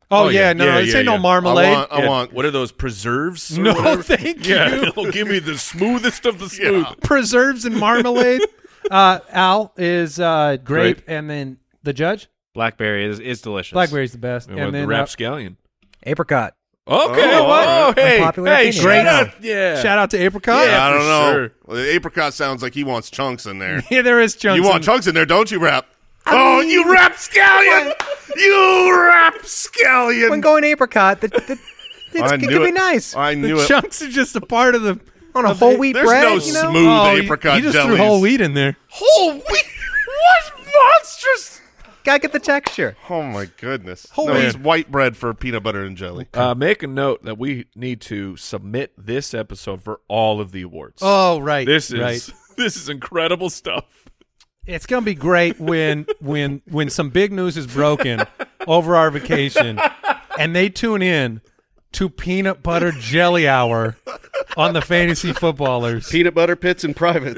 Oh,
Oh,
yeah,
yeah,
no,
yeah,
no, this
yeah,
ain't
yeah.
no
I
marmalade.
I want, I
Yeah,
want.
what are those preserves? or
No,
whatever?
thank
Yeah,
you.
no, give me the smoothest of the smooth.
Preserves and marmalade. uh, Al is uh, grape,
Grape.
and then the judge.
Blackberry is, is delicious.
Blackberry's the best,
And
and,
what, the
then uh,
rapscallion.
Apricot.
Okay, oh,
Oh, all
hey,
Unpopular
hey,
opinion.
straight
Great.
up, yeah.
shout out to apricot.
Yeah, I
for
don't know.
sure.
Well, The apricot sounds like he wants chunks in there.
Yeah, there is chunks.
you want
in-
chunks in there, don't you, Rap? oh, you rapscallion! you rapscallion!
When going apricot, the, the, it's,
I
it
knew
can
it.
be nice
I
the
knew it.
chunks are just a part of the
on a
of
whole
the-
wheat
There's
bread.
no
you know?
smooth
Oh, you-
apricot
You just
jellies.
threw whole wheat in there.
Whole wheat? what monstrous?
Gotta get the texture.
Oh my goodness!
Whole
no,
wheat.
it's white bread for peanut butter and jelly.
Uh, make a note that we need to submit this episode for all of the awards.
Oh, right.
this is
right.
this is incredible stuff.
It's gonna be great when when when some big news is broken over our vacation, and they tune in to peanut butter jelly hour on the fantasy footballers.
Peanut butter pits and private.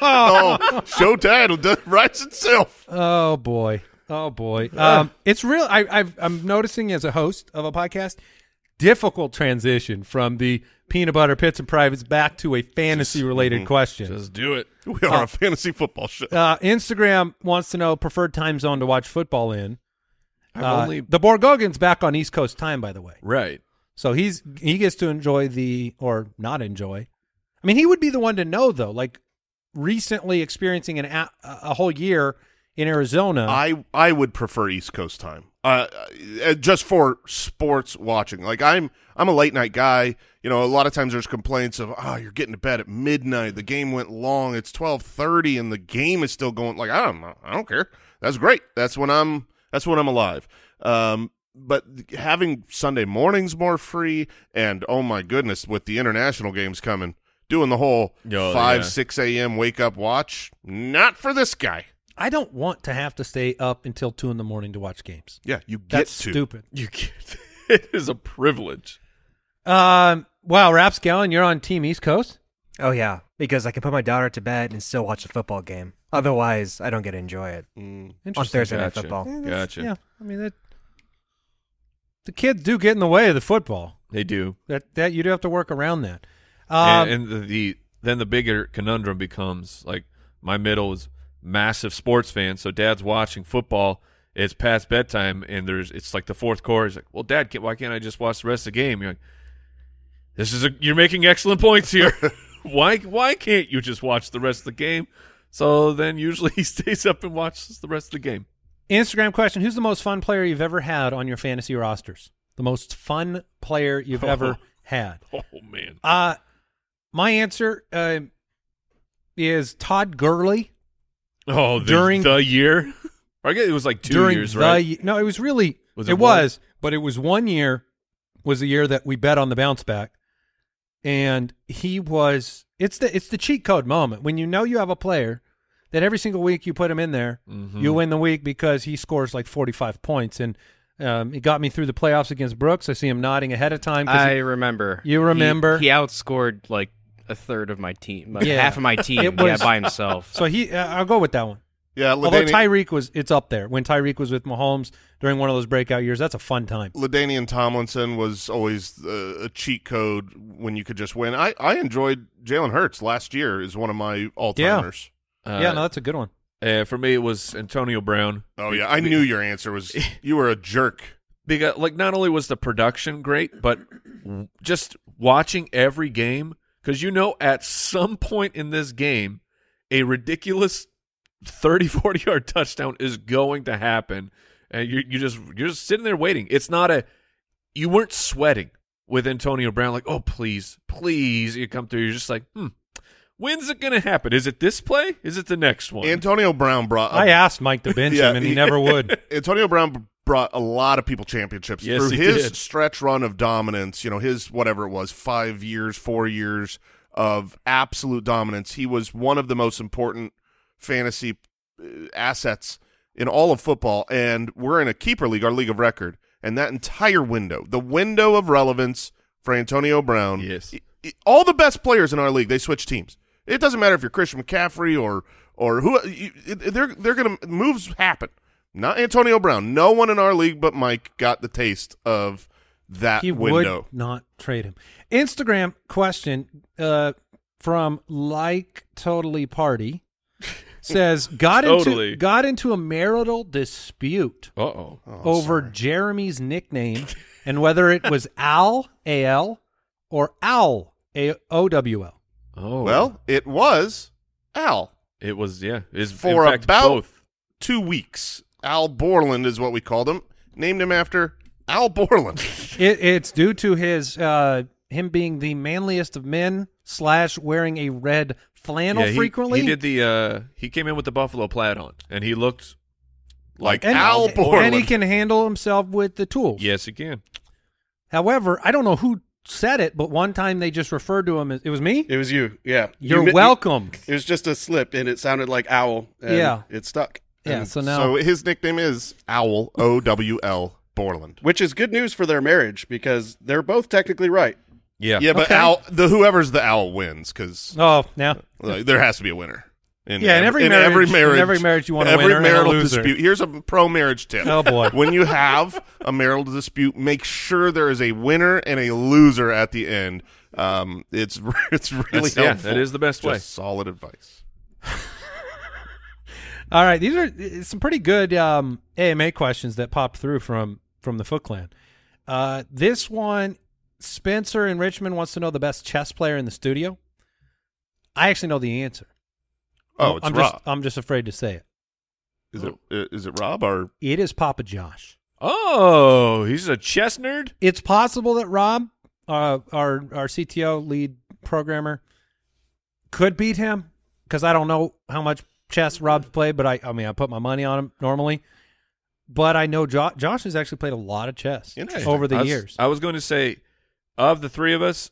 oh, show title does writes itself.
Oh boy. Oh boy. Um, it's real. I, I've, I'm noticing as a host of a podcast, difficult transition from the peanut butter pits and privates back to a fantasy related
Mm-hmm.
question.
Let's do it.
We are a fantasy football show.
uh, Instagram wants to know preferred time zone to watch football in.
I've
Uh,
only
the Borgogin's back on East Coast time, by the way,
right.
so he's he gets to enjoy the or not enjoy. I mean, he would be the one to know though. Like recently experiencing an a, a whole year in
Uh-huh.
Arizona.
I I would prefer East Coast time. Uh, uh, just for sports watching. Like I'm I'm a late night guy. You know, a lot of times there's complaints of, "Oh, you're getting to bed at midnight. The game went long. It's 12:30 and the game is still going." Like, I don't know. I don't care. That's great. That's when I'm that's when I'm alive. Um but having Sunday mornings more free and oh my goodness with the international games coming, doing the whole
Oh,
5
yeah.
6 a.m. wake up watch, not for this guy.
I don't want to have to stay up until two in the morning to watch games.
Yeah, you get
That's
to.
stupid.
You get it is a privilege.
Um, Wow, Rapscallion, you're on Team East Coast?
Oh yeah, because I can put my daughter to bed and still watch the football game. Otherwise, I don't get to enjoy it on
Interesting.
Thursday night
Gotcha.
football.
Yeah, that's-
Gotcha.
Yeah, I mean that. The kids do get in the way of the football.
They do.
That that you do have to work around that. Um,
And, and the, the then the bigger conundrum becomes like my middle is massive sports fan, so dad's watching football. It's past bedtime, and there's it's like the fourth quarter. He's like, "Well, Dad, can, why can't I just watch the rest of the game?" You're like, "This is a you're making excellent points here. why why can't you just watch the rest of the game?" So then usually he stays up and watches the rest of the game.
Instagram question: Who's the most fun player you've ever had on your fantasy rosters? The most fun player you've ever had.
Oh man,
Uh my answer uh, is Todd Gurley.
Oh, the,
During-
the year, I guess it was like two
during
years,
the
right?
ye- no, it was really
Was
it,
it one?
was, but it was one year was the year that we bet on the bounce back, and he was it's the it's the cheat code moment when you know you have a player that every single week you put him in there,
Mhm.
you win the week because he scores like forty five points and. Um, he got me through the playoffs against Brooks. I see him nodding ahead of time. 'cause
I
he-
remember.
You
He-
remember?
He, outscored like a third of my team, like,
Yeah.
half of my team,
It
yeah,
was-
by himself.
So he, uh, I'll go with that one.
Yeah,
Although
Ladanian-
Tyreek was, it's up there. When Tyreek was with Mahomes during one of those breakout years, that's a fun time.
Ladanian Tomlinson was always uh, a cheat code when you could just win. I, I enjoyed Jalen Hurts last year is one of my all timers.
Uh,
yeah, no, that's a good one.
Uh, for me, it was Antonio Brown.
Oh yeah, I knew your answer was you were a jerk.
because like not only was the production great, but just watching every game because you know at some point in this game, a ridiculous 30, 40 yard touchdown is going to happen, and you you just you're just sitting there waiting. It's not a you weren't sweating with Antonio Brown like oh please please you come through. You're just like hmm. When's it gonna happen? Is it this play? Is it the next one?
Antonio Brown brought.
Um,
I asked Mike to bench
Yeah,
him, and he
he-
never would.
Antonio Brown b- brought a lot of people championships
Yes,
through
he
his
did.
stretch run of dominance. You know, his whatever it was, five years, four years of absolute dominance. He was one of the most important fantasy uh, assets in all of football. And we're in a keeper league, our league of record, and that entire window, the window of relevance for Antonio Brown.
Yes.
i- i- all the best players in our league, they switch teams. It doesn't matter if you're Christian McCaffrey or or who you, it- they're they're gonna moves happen. Not Antonio Brown. No one in our league but Mike got the taste of that
he
window.
would not trade him. Instagram question uh, from like totally party says got
Totally.
into got into a marital dispute
Uh oh.
over Jeremy's nickname and whether it was Al A L or Owl A O W L.
Oh
Well, it was Al
it was yeah. Is
for
in fact,
about
both.
two weeks. Al Borland is what we called him. Named him after Al Borland.
It, it's due to his uh, him being the manliest of men slash wearing a red flannel
he,
frequently.
He did the uh he came in with the buffalo plaid on and he looked
like
and,
Al Borland.
and he can handle himself with the tools.
yes he can.
However, I don't know who said it, but one time they just referred to him as it was me.
It was you. Yeah. You
You're
mi-
welcome.
It was just a slip, and it sounded like owl. And
Yeah.
It stuck.
yeah.
And-
So
So
now,
his nickname is Owl O W L Borland.
which is good news for their marriage because they're both technically right.
Yeah.
Yeah, but Al, the whoever's the owl wins because
oh, now
there has to be a winner. In
Yeah, in
ev-
every marriage- in every marriage you want a
every
winner and a
marital
loser.
dispute. Here's a pro marriage tip.
Oh, boy.
when you have a marital dispute, make sure there is a winner and a loser at the end. Um, it's it's really
That's-
helpful.
yeah, that is the best
Just
way.
Solid advice.
all right, these are uh, some pretty good um, AMA questions that popped through from from the Foot Clan. Uh, this one, Spencer in Richmond wants to know the best chess player in the studio. I actually know the answer.
Oh, it's
I'm
Rob.
just uh, I'm just afraid to say it.
is it uh, is it Rob or
It is Papa Josh.
Oh, he's a chess nerd?
it's possible that Rob, uh, our our CTO lead programmer, could beat him because I don't know how much chess Rob's played, but I I mean I put my money on him normally. But I know jo- Josh has actually played a lot of chess
Interesting.
over the
I was-
years.
I was going to say of the three of us,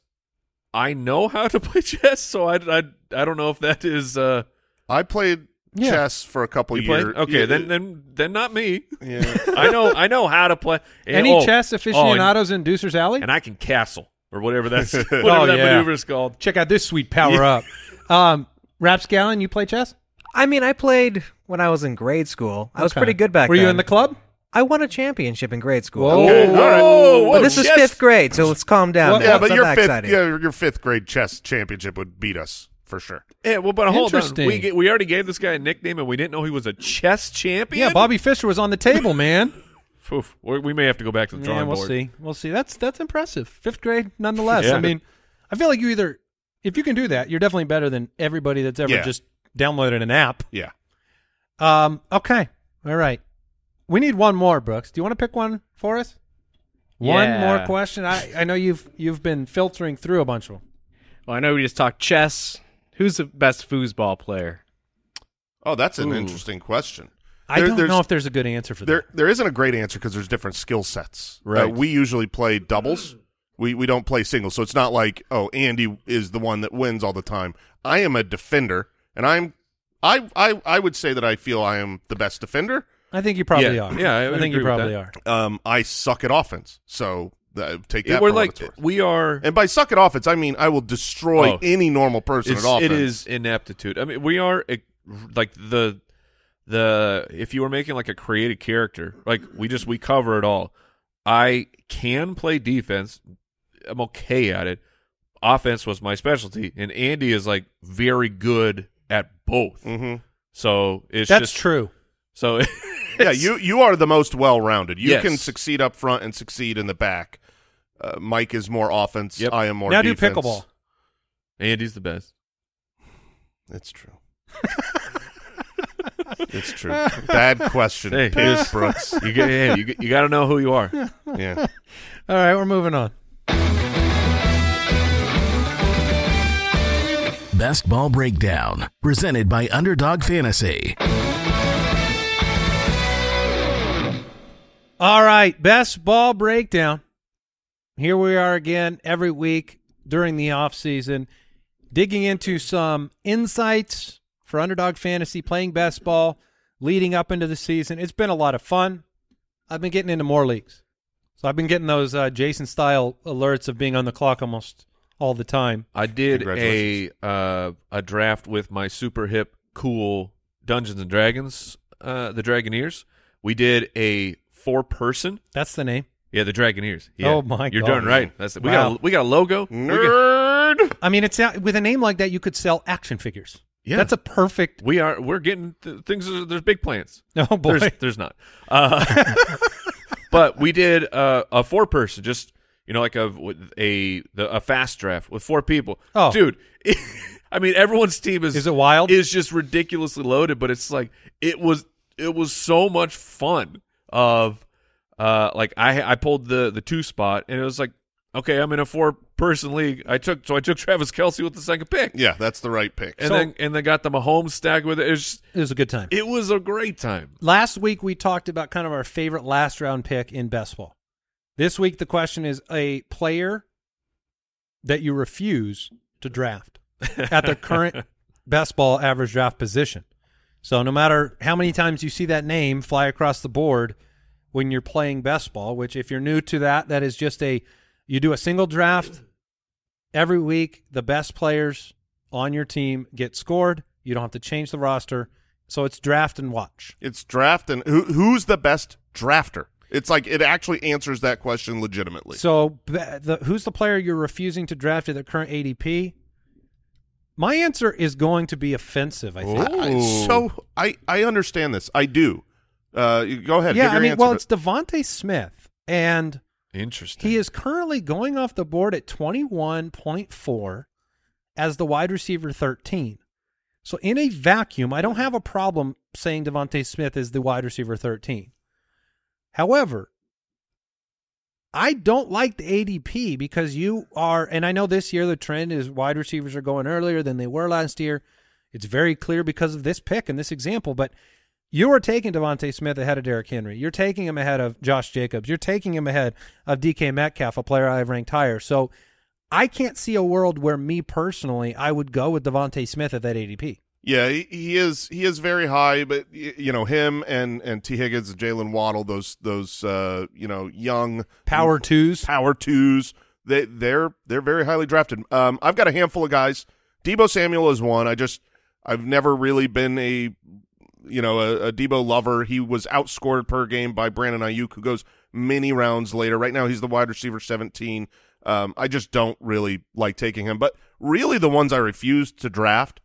I know how to play chess, so I I, I don't know if that is uh
I played
Yeah.
chess for a couple
you play?
years.
Okay,
Yeah,
then then then not me.
yeah.
I know I know how to play. And-
Any
oh,
chess
oh, and-
aficionados in Deucer's Alley?
and I can castle. or whatever that's whatever
Oh,
that
yeah.
maneuver is called.
Check out this sweet power
Yeah.
up. Um, Rapscallion, you play chess?
I mean, I played when I was in grade school. I was
Okay.
pretty good back
Were
then.
you in the club?
I won a championship in grade school.
Oh,
Whoa. Okay, all right.
Whoa,
Whoa,
but this is
chess-
fifth grade, so let's calm down.
Well, yeah,
That's
but
not
your
that
fifth,
exciting.
yeah, your fifth grade chess championship would beat us for sure.
Yeah, well, but hold on.
Interesting.
We, ga- we already gave this guy a nickname, and we didn't know he was a chess champion.
Yeah, Bobby Fischer was on the table, man.
Oof, we we may have to go back to the drawing
yeah, we'll
board.
see. We'll see. That's that's impressive. Fifth grade, nonetheless.
Yeah.
I mean, I feel like you either if you can do that, you're definitely better than everybody that's ever
Yeah.
just downloaded an app.
Yeah.
Um. Okay. All right. We need one more, Brooks. Do you want to pick one for us? One
Yeah.
more question. I, I know you've you've been filtering through a bunch of them.
Well, I know we just talked chess. Who's the best foosball player?
Oh, that's an
Ooh.
interesting question.
I
There-
don't
there's-
know if there's a good answer for
there there isn't a great answer because there's different skill sets. Uh,
Right.
we usually play doubles. We we don't play singles, so it's not like oh Andy is the one that wins all the time. I am a defender, and I'm I I I would say that I feel I am the best defender.
that. I think you probably
Yeah.
are.
Yeah, I
I,
would
think you
agree with
probably
that.
are.
Um, I suck at offense, so uh, take
It-
that.
we're
for what
like
it's worth.
we are.
and by suck at offense, I mean I will destroy
Oh.
any normal person at
It's,
offense.
it is ineptitude. I mean, we are eh, like the the if you were making like a creative character, like we just we cover it all. I can play defense. I'm okay at it. Offense was my specialty, and Andy is like very good at both.
Mhm.
So it's
That's
just,
true.
So it's-
Yeah, you you are the most well rounded. You
Yes.
can succeed up front and succeed in the back. Uh, Mike is more offense.
Yep.
I am more.
now
defense.
do pickleball.
Andy's the best.
It's true. it's true. Bad question,
Hey.
Piers Brooks.
You get, yeah, you, you got to know who you are.
Yeah.
All right, we're moving on.
Best Ball Breakdown, presented by Underdog Fantasy.
All right, best ball breakdown. Here we are again every week during the off season, digging into some insights for underdog fantasy, playing best ball, leading up into the season. It's been a lot of fun. I've been getting into more leagues, so I've been getting those uh, Jason style alerts of being on the clock almost all the time.
I did a
Congratulations.
uh, a draft with my super hip, cool Dungeons and Dragons, uh, the Dragoneers. We did a four person.
That's the name.
Yeah, the Dragoneers. Yeah.
Oh, my
You're
God.
darn right. That's it. We
Wow.
got a, we got a logo. We got-
Nerd.
I mean, it's out- with a name like that, you could sell action figures.
Yeah.
that's a perfect.
we are we're getting th- things. are- There's big plans.
Oh boy,
There's, there's not. Uh, but we did uh, a four person, just you know, like a with a the, a fast draft with four people.
Oh.
dude. I mean, everyone's team is
Is it wild?
Is just ridiculously loaded, but it's like it was it was so much fun. Of uh, like I I pulled the the two spot, and it was like okay, I'm in a four person league. I took so I took Travis Kelsey with the second pick,
Yeah, that's the right pick.
and then and then got the Mahomes stack with it. It was, just-
it was a good time.
it was a great time.
Last week we talked about kind of our favorite last round pick in best ball. This week the question is a player that you refuse to draft at the current best ball average draft position. So no matter how many times you see that name fly across the board when you're playing best ball, which if you're new to that, that is just a you do a single draft every week, the best players on your team get scored. You don't have to change the roster. So it's draft and watch.
it's draft and who, who's the best drafter? It's like it actually answers that question legitimately.
So, b- the, who's the player you're refusing to draft at the current ADP? My answer is going to be offensive. I think.
I- I- so I I understand this. I do. Uh, you- go ahead.
yeah,
give
I
your
mean,
answer,
well,
but-
it's Devonte Smith, and
Interesting.
he is currently going off the board at 21.4 as the wide receiver 13. So, in a vacuum, I don't have a problem saying Devonte Smith is the wide receiver 13. However, I don't like the ADP because you are, and I know this year the trend is wide receivers are going earlier than they were last year. It's very clear because of this pick and this example, but you are taking Devontae Smith ahead of Derrick Henry. You're taking him ahead of Josh Jacobs. You're taking him ahead of DK Metcalf, a player I have ranked higher. So I can't see a world where me personally, I would go with Devontae Smith at that ADP.
Yeah, he, he is he is very high, but y- you know him and and T Higgins and Jalen Waddle, those those uh, you know young
Power twos.
power twos, They they're they're very highly drafted. Um, I've got a handful of guys. Debo Samuel is one. I just I've never really been a you know a, a Debo lover. He was outscored per game by Brandon Ayuk, who goes many rounds later. Right now, he's the wide receiver seventeen. Um, I just don't really like taking him. But really, the ones I refuse to draft,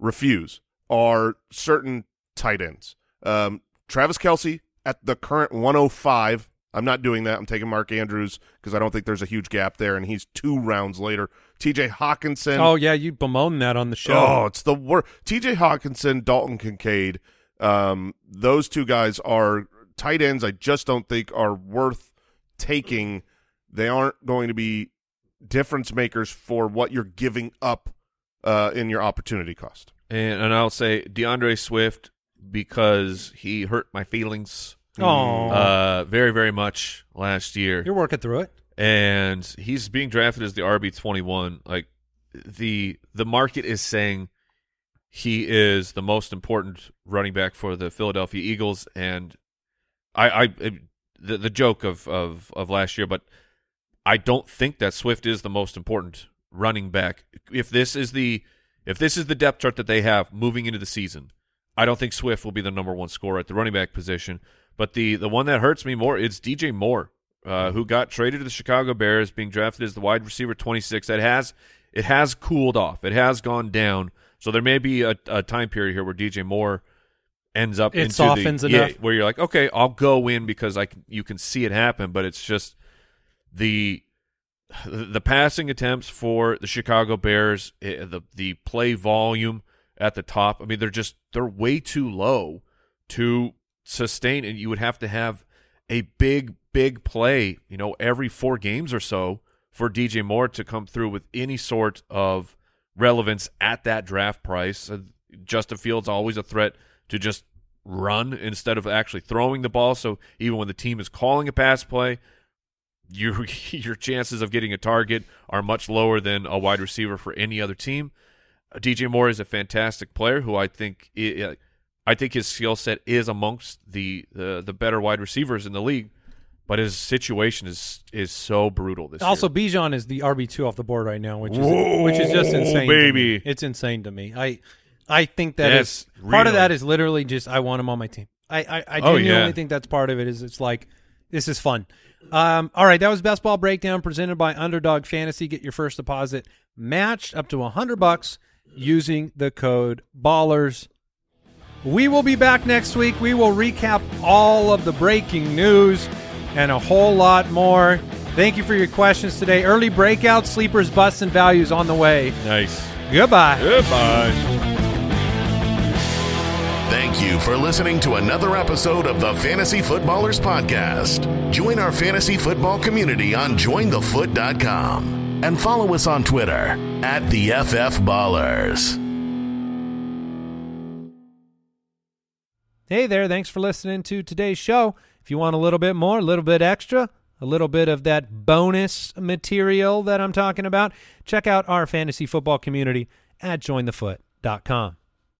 refuse, are certain tight ends. Um, Travis Kelsey at the current 105. I'm not doing that. I'm taking Mark Andrews because I don't think there's a huge gap there, and he's two rounds later. T.J. Hawkinson.
oh yeah, you bemoaned that on the show.
Oh, it's the worst. T.J. Hawkinson, Dalton Kincaid, um, those two guys are tight ends. I just don't think are worth taking. They aren't going to be difference makers for what you're giving up uh, in your opportunity cost.
And, and I'll say DeAndre Swift because he hurt my feelings
Aw.
uh, very, very much last year.
You're working through it.
And he's being drafted as the RB21. Like the the market is saying he is the most important running back for the Philadelphia Eagles and I I the, the joke of, of of last year but I don't think that Swift is the most important running back. If this is the if this is the depth chart that they have moving into the season, I don't think Swift will be the number one scorer at the running back position. But the the one that hurts me more is DJ Moore, uh, who got traded to the Chicago Bears, being drafted as the wide receiver twenty six. That has it has cooled off. It has gone down. So there may be a, a time period here where DJ Moore ends up
It
into
softens
the,
enough.
Yeah, where you're like, okay, I'll go in because I can, you can see it happen, but it's just the the passing attempts for the Chicago Bears, eh, the the play volume at the top. I mean, they're just they're way too low to sustain, and you would have to have a big big play, you know, every four games or so for DJ Moore to come through with any sort of relevance at that draft price. Uh, Justin Fields always a threat to just run instead of actually throwing the ball. So even when the team is calling a pass play, you your chances of getting a target are much lower than a wide receiver for any other team. Uh, DJ Moore is a fantastic player who I think i- i- I think his skill set is amongst the the the better wide receivers in the league, but his situation is is so brutal this
also, Bijan is the RB two off the board right now, which is
Whoa,
which is just insane. to
baby.
me. it's insane to me. I I think that
Yes,
is part
really.
of that is literally just I want him on my team. I I, I
Oh,
genuinely
yeah.
think that's part of it. Is it's like this is fun. Um, all right, that was best ball breakdown presented by Underdog Fantasy. Get your first deposit matched up to hundred bucks using the code Ballers. We will be back next week. We will recap all of the breaking news and a whole lot more. Thank you for your questions today. Early breakout, sleepers, busts, and values on the way.
Nice.
Goodbye.
Goodbye.
Thank you for listening to another episode of the Fantasy Footballers Podcast. Join our fantasy football community on jointhefoot.com and follow us on Twitter at the FF Ballers.
Hey there, thanks for listening to today's show. If you want a little bit more, a little bit extra, a little bit of that bonus material that I'm talking about, check out our fantasy football community at jointhefoot.com.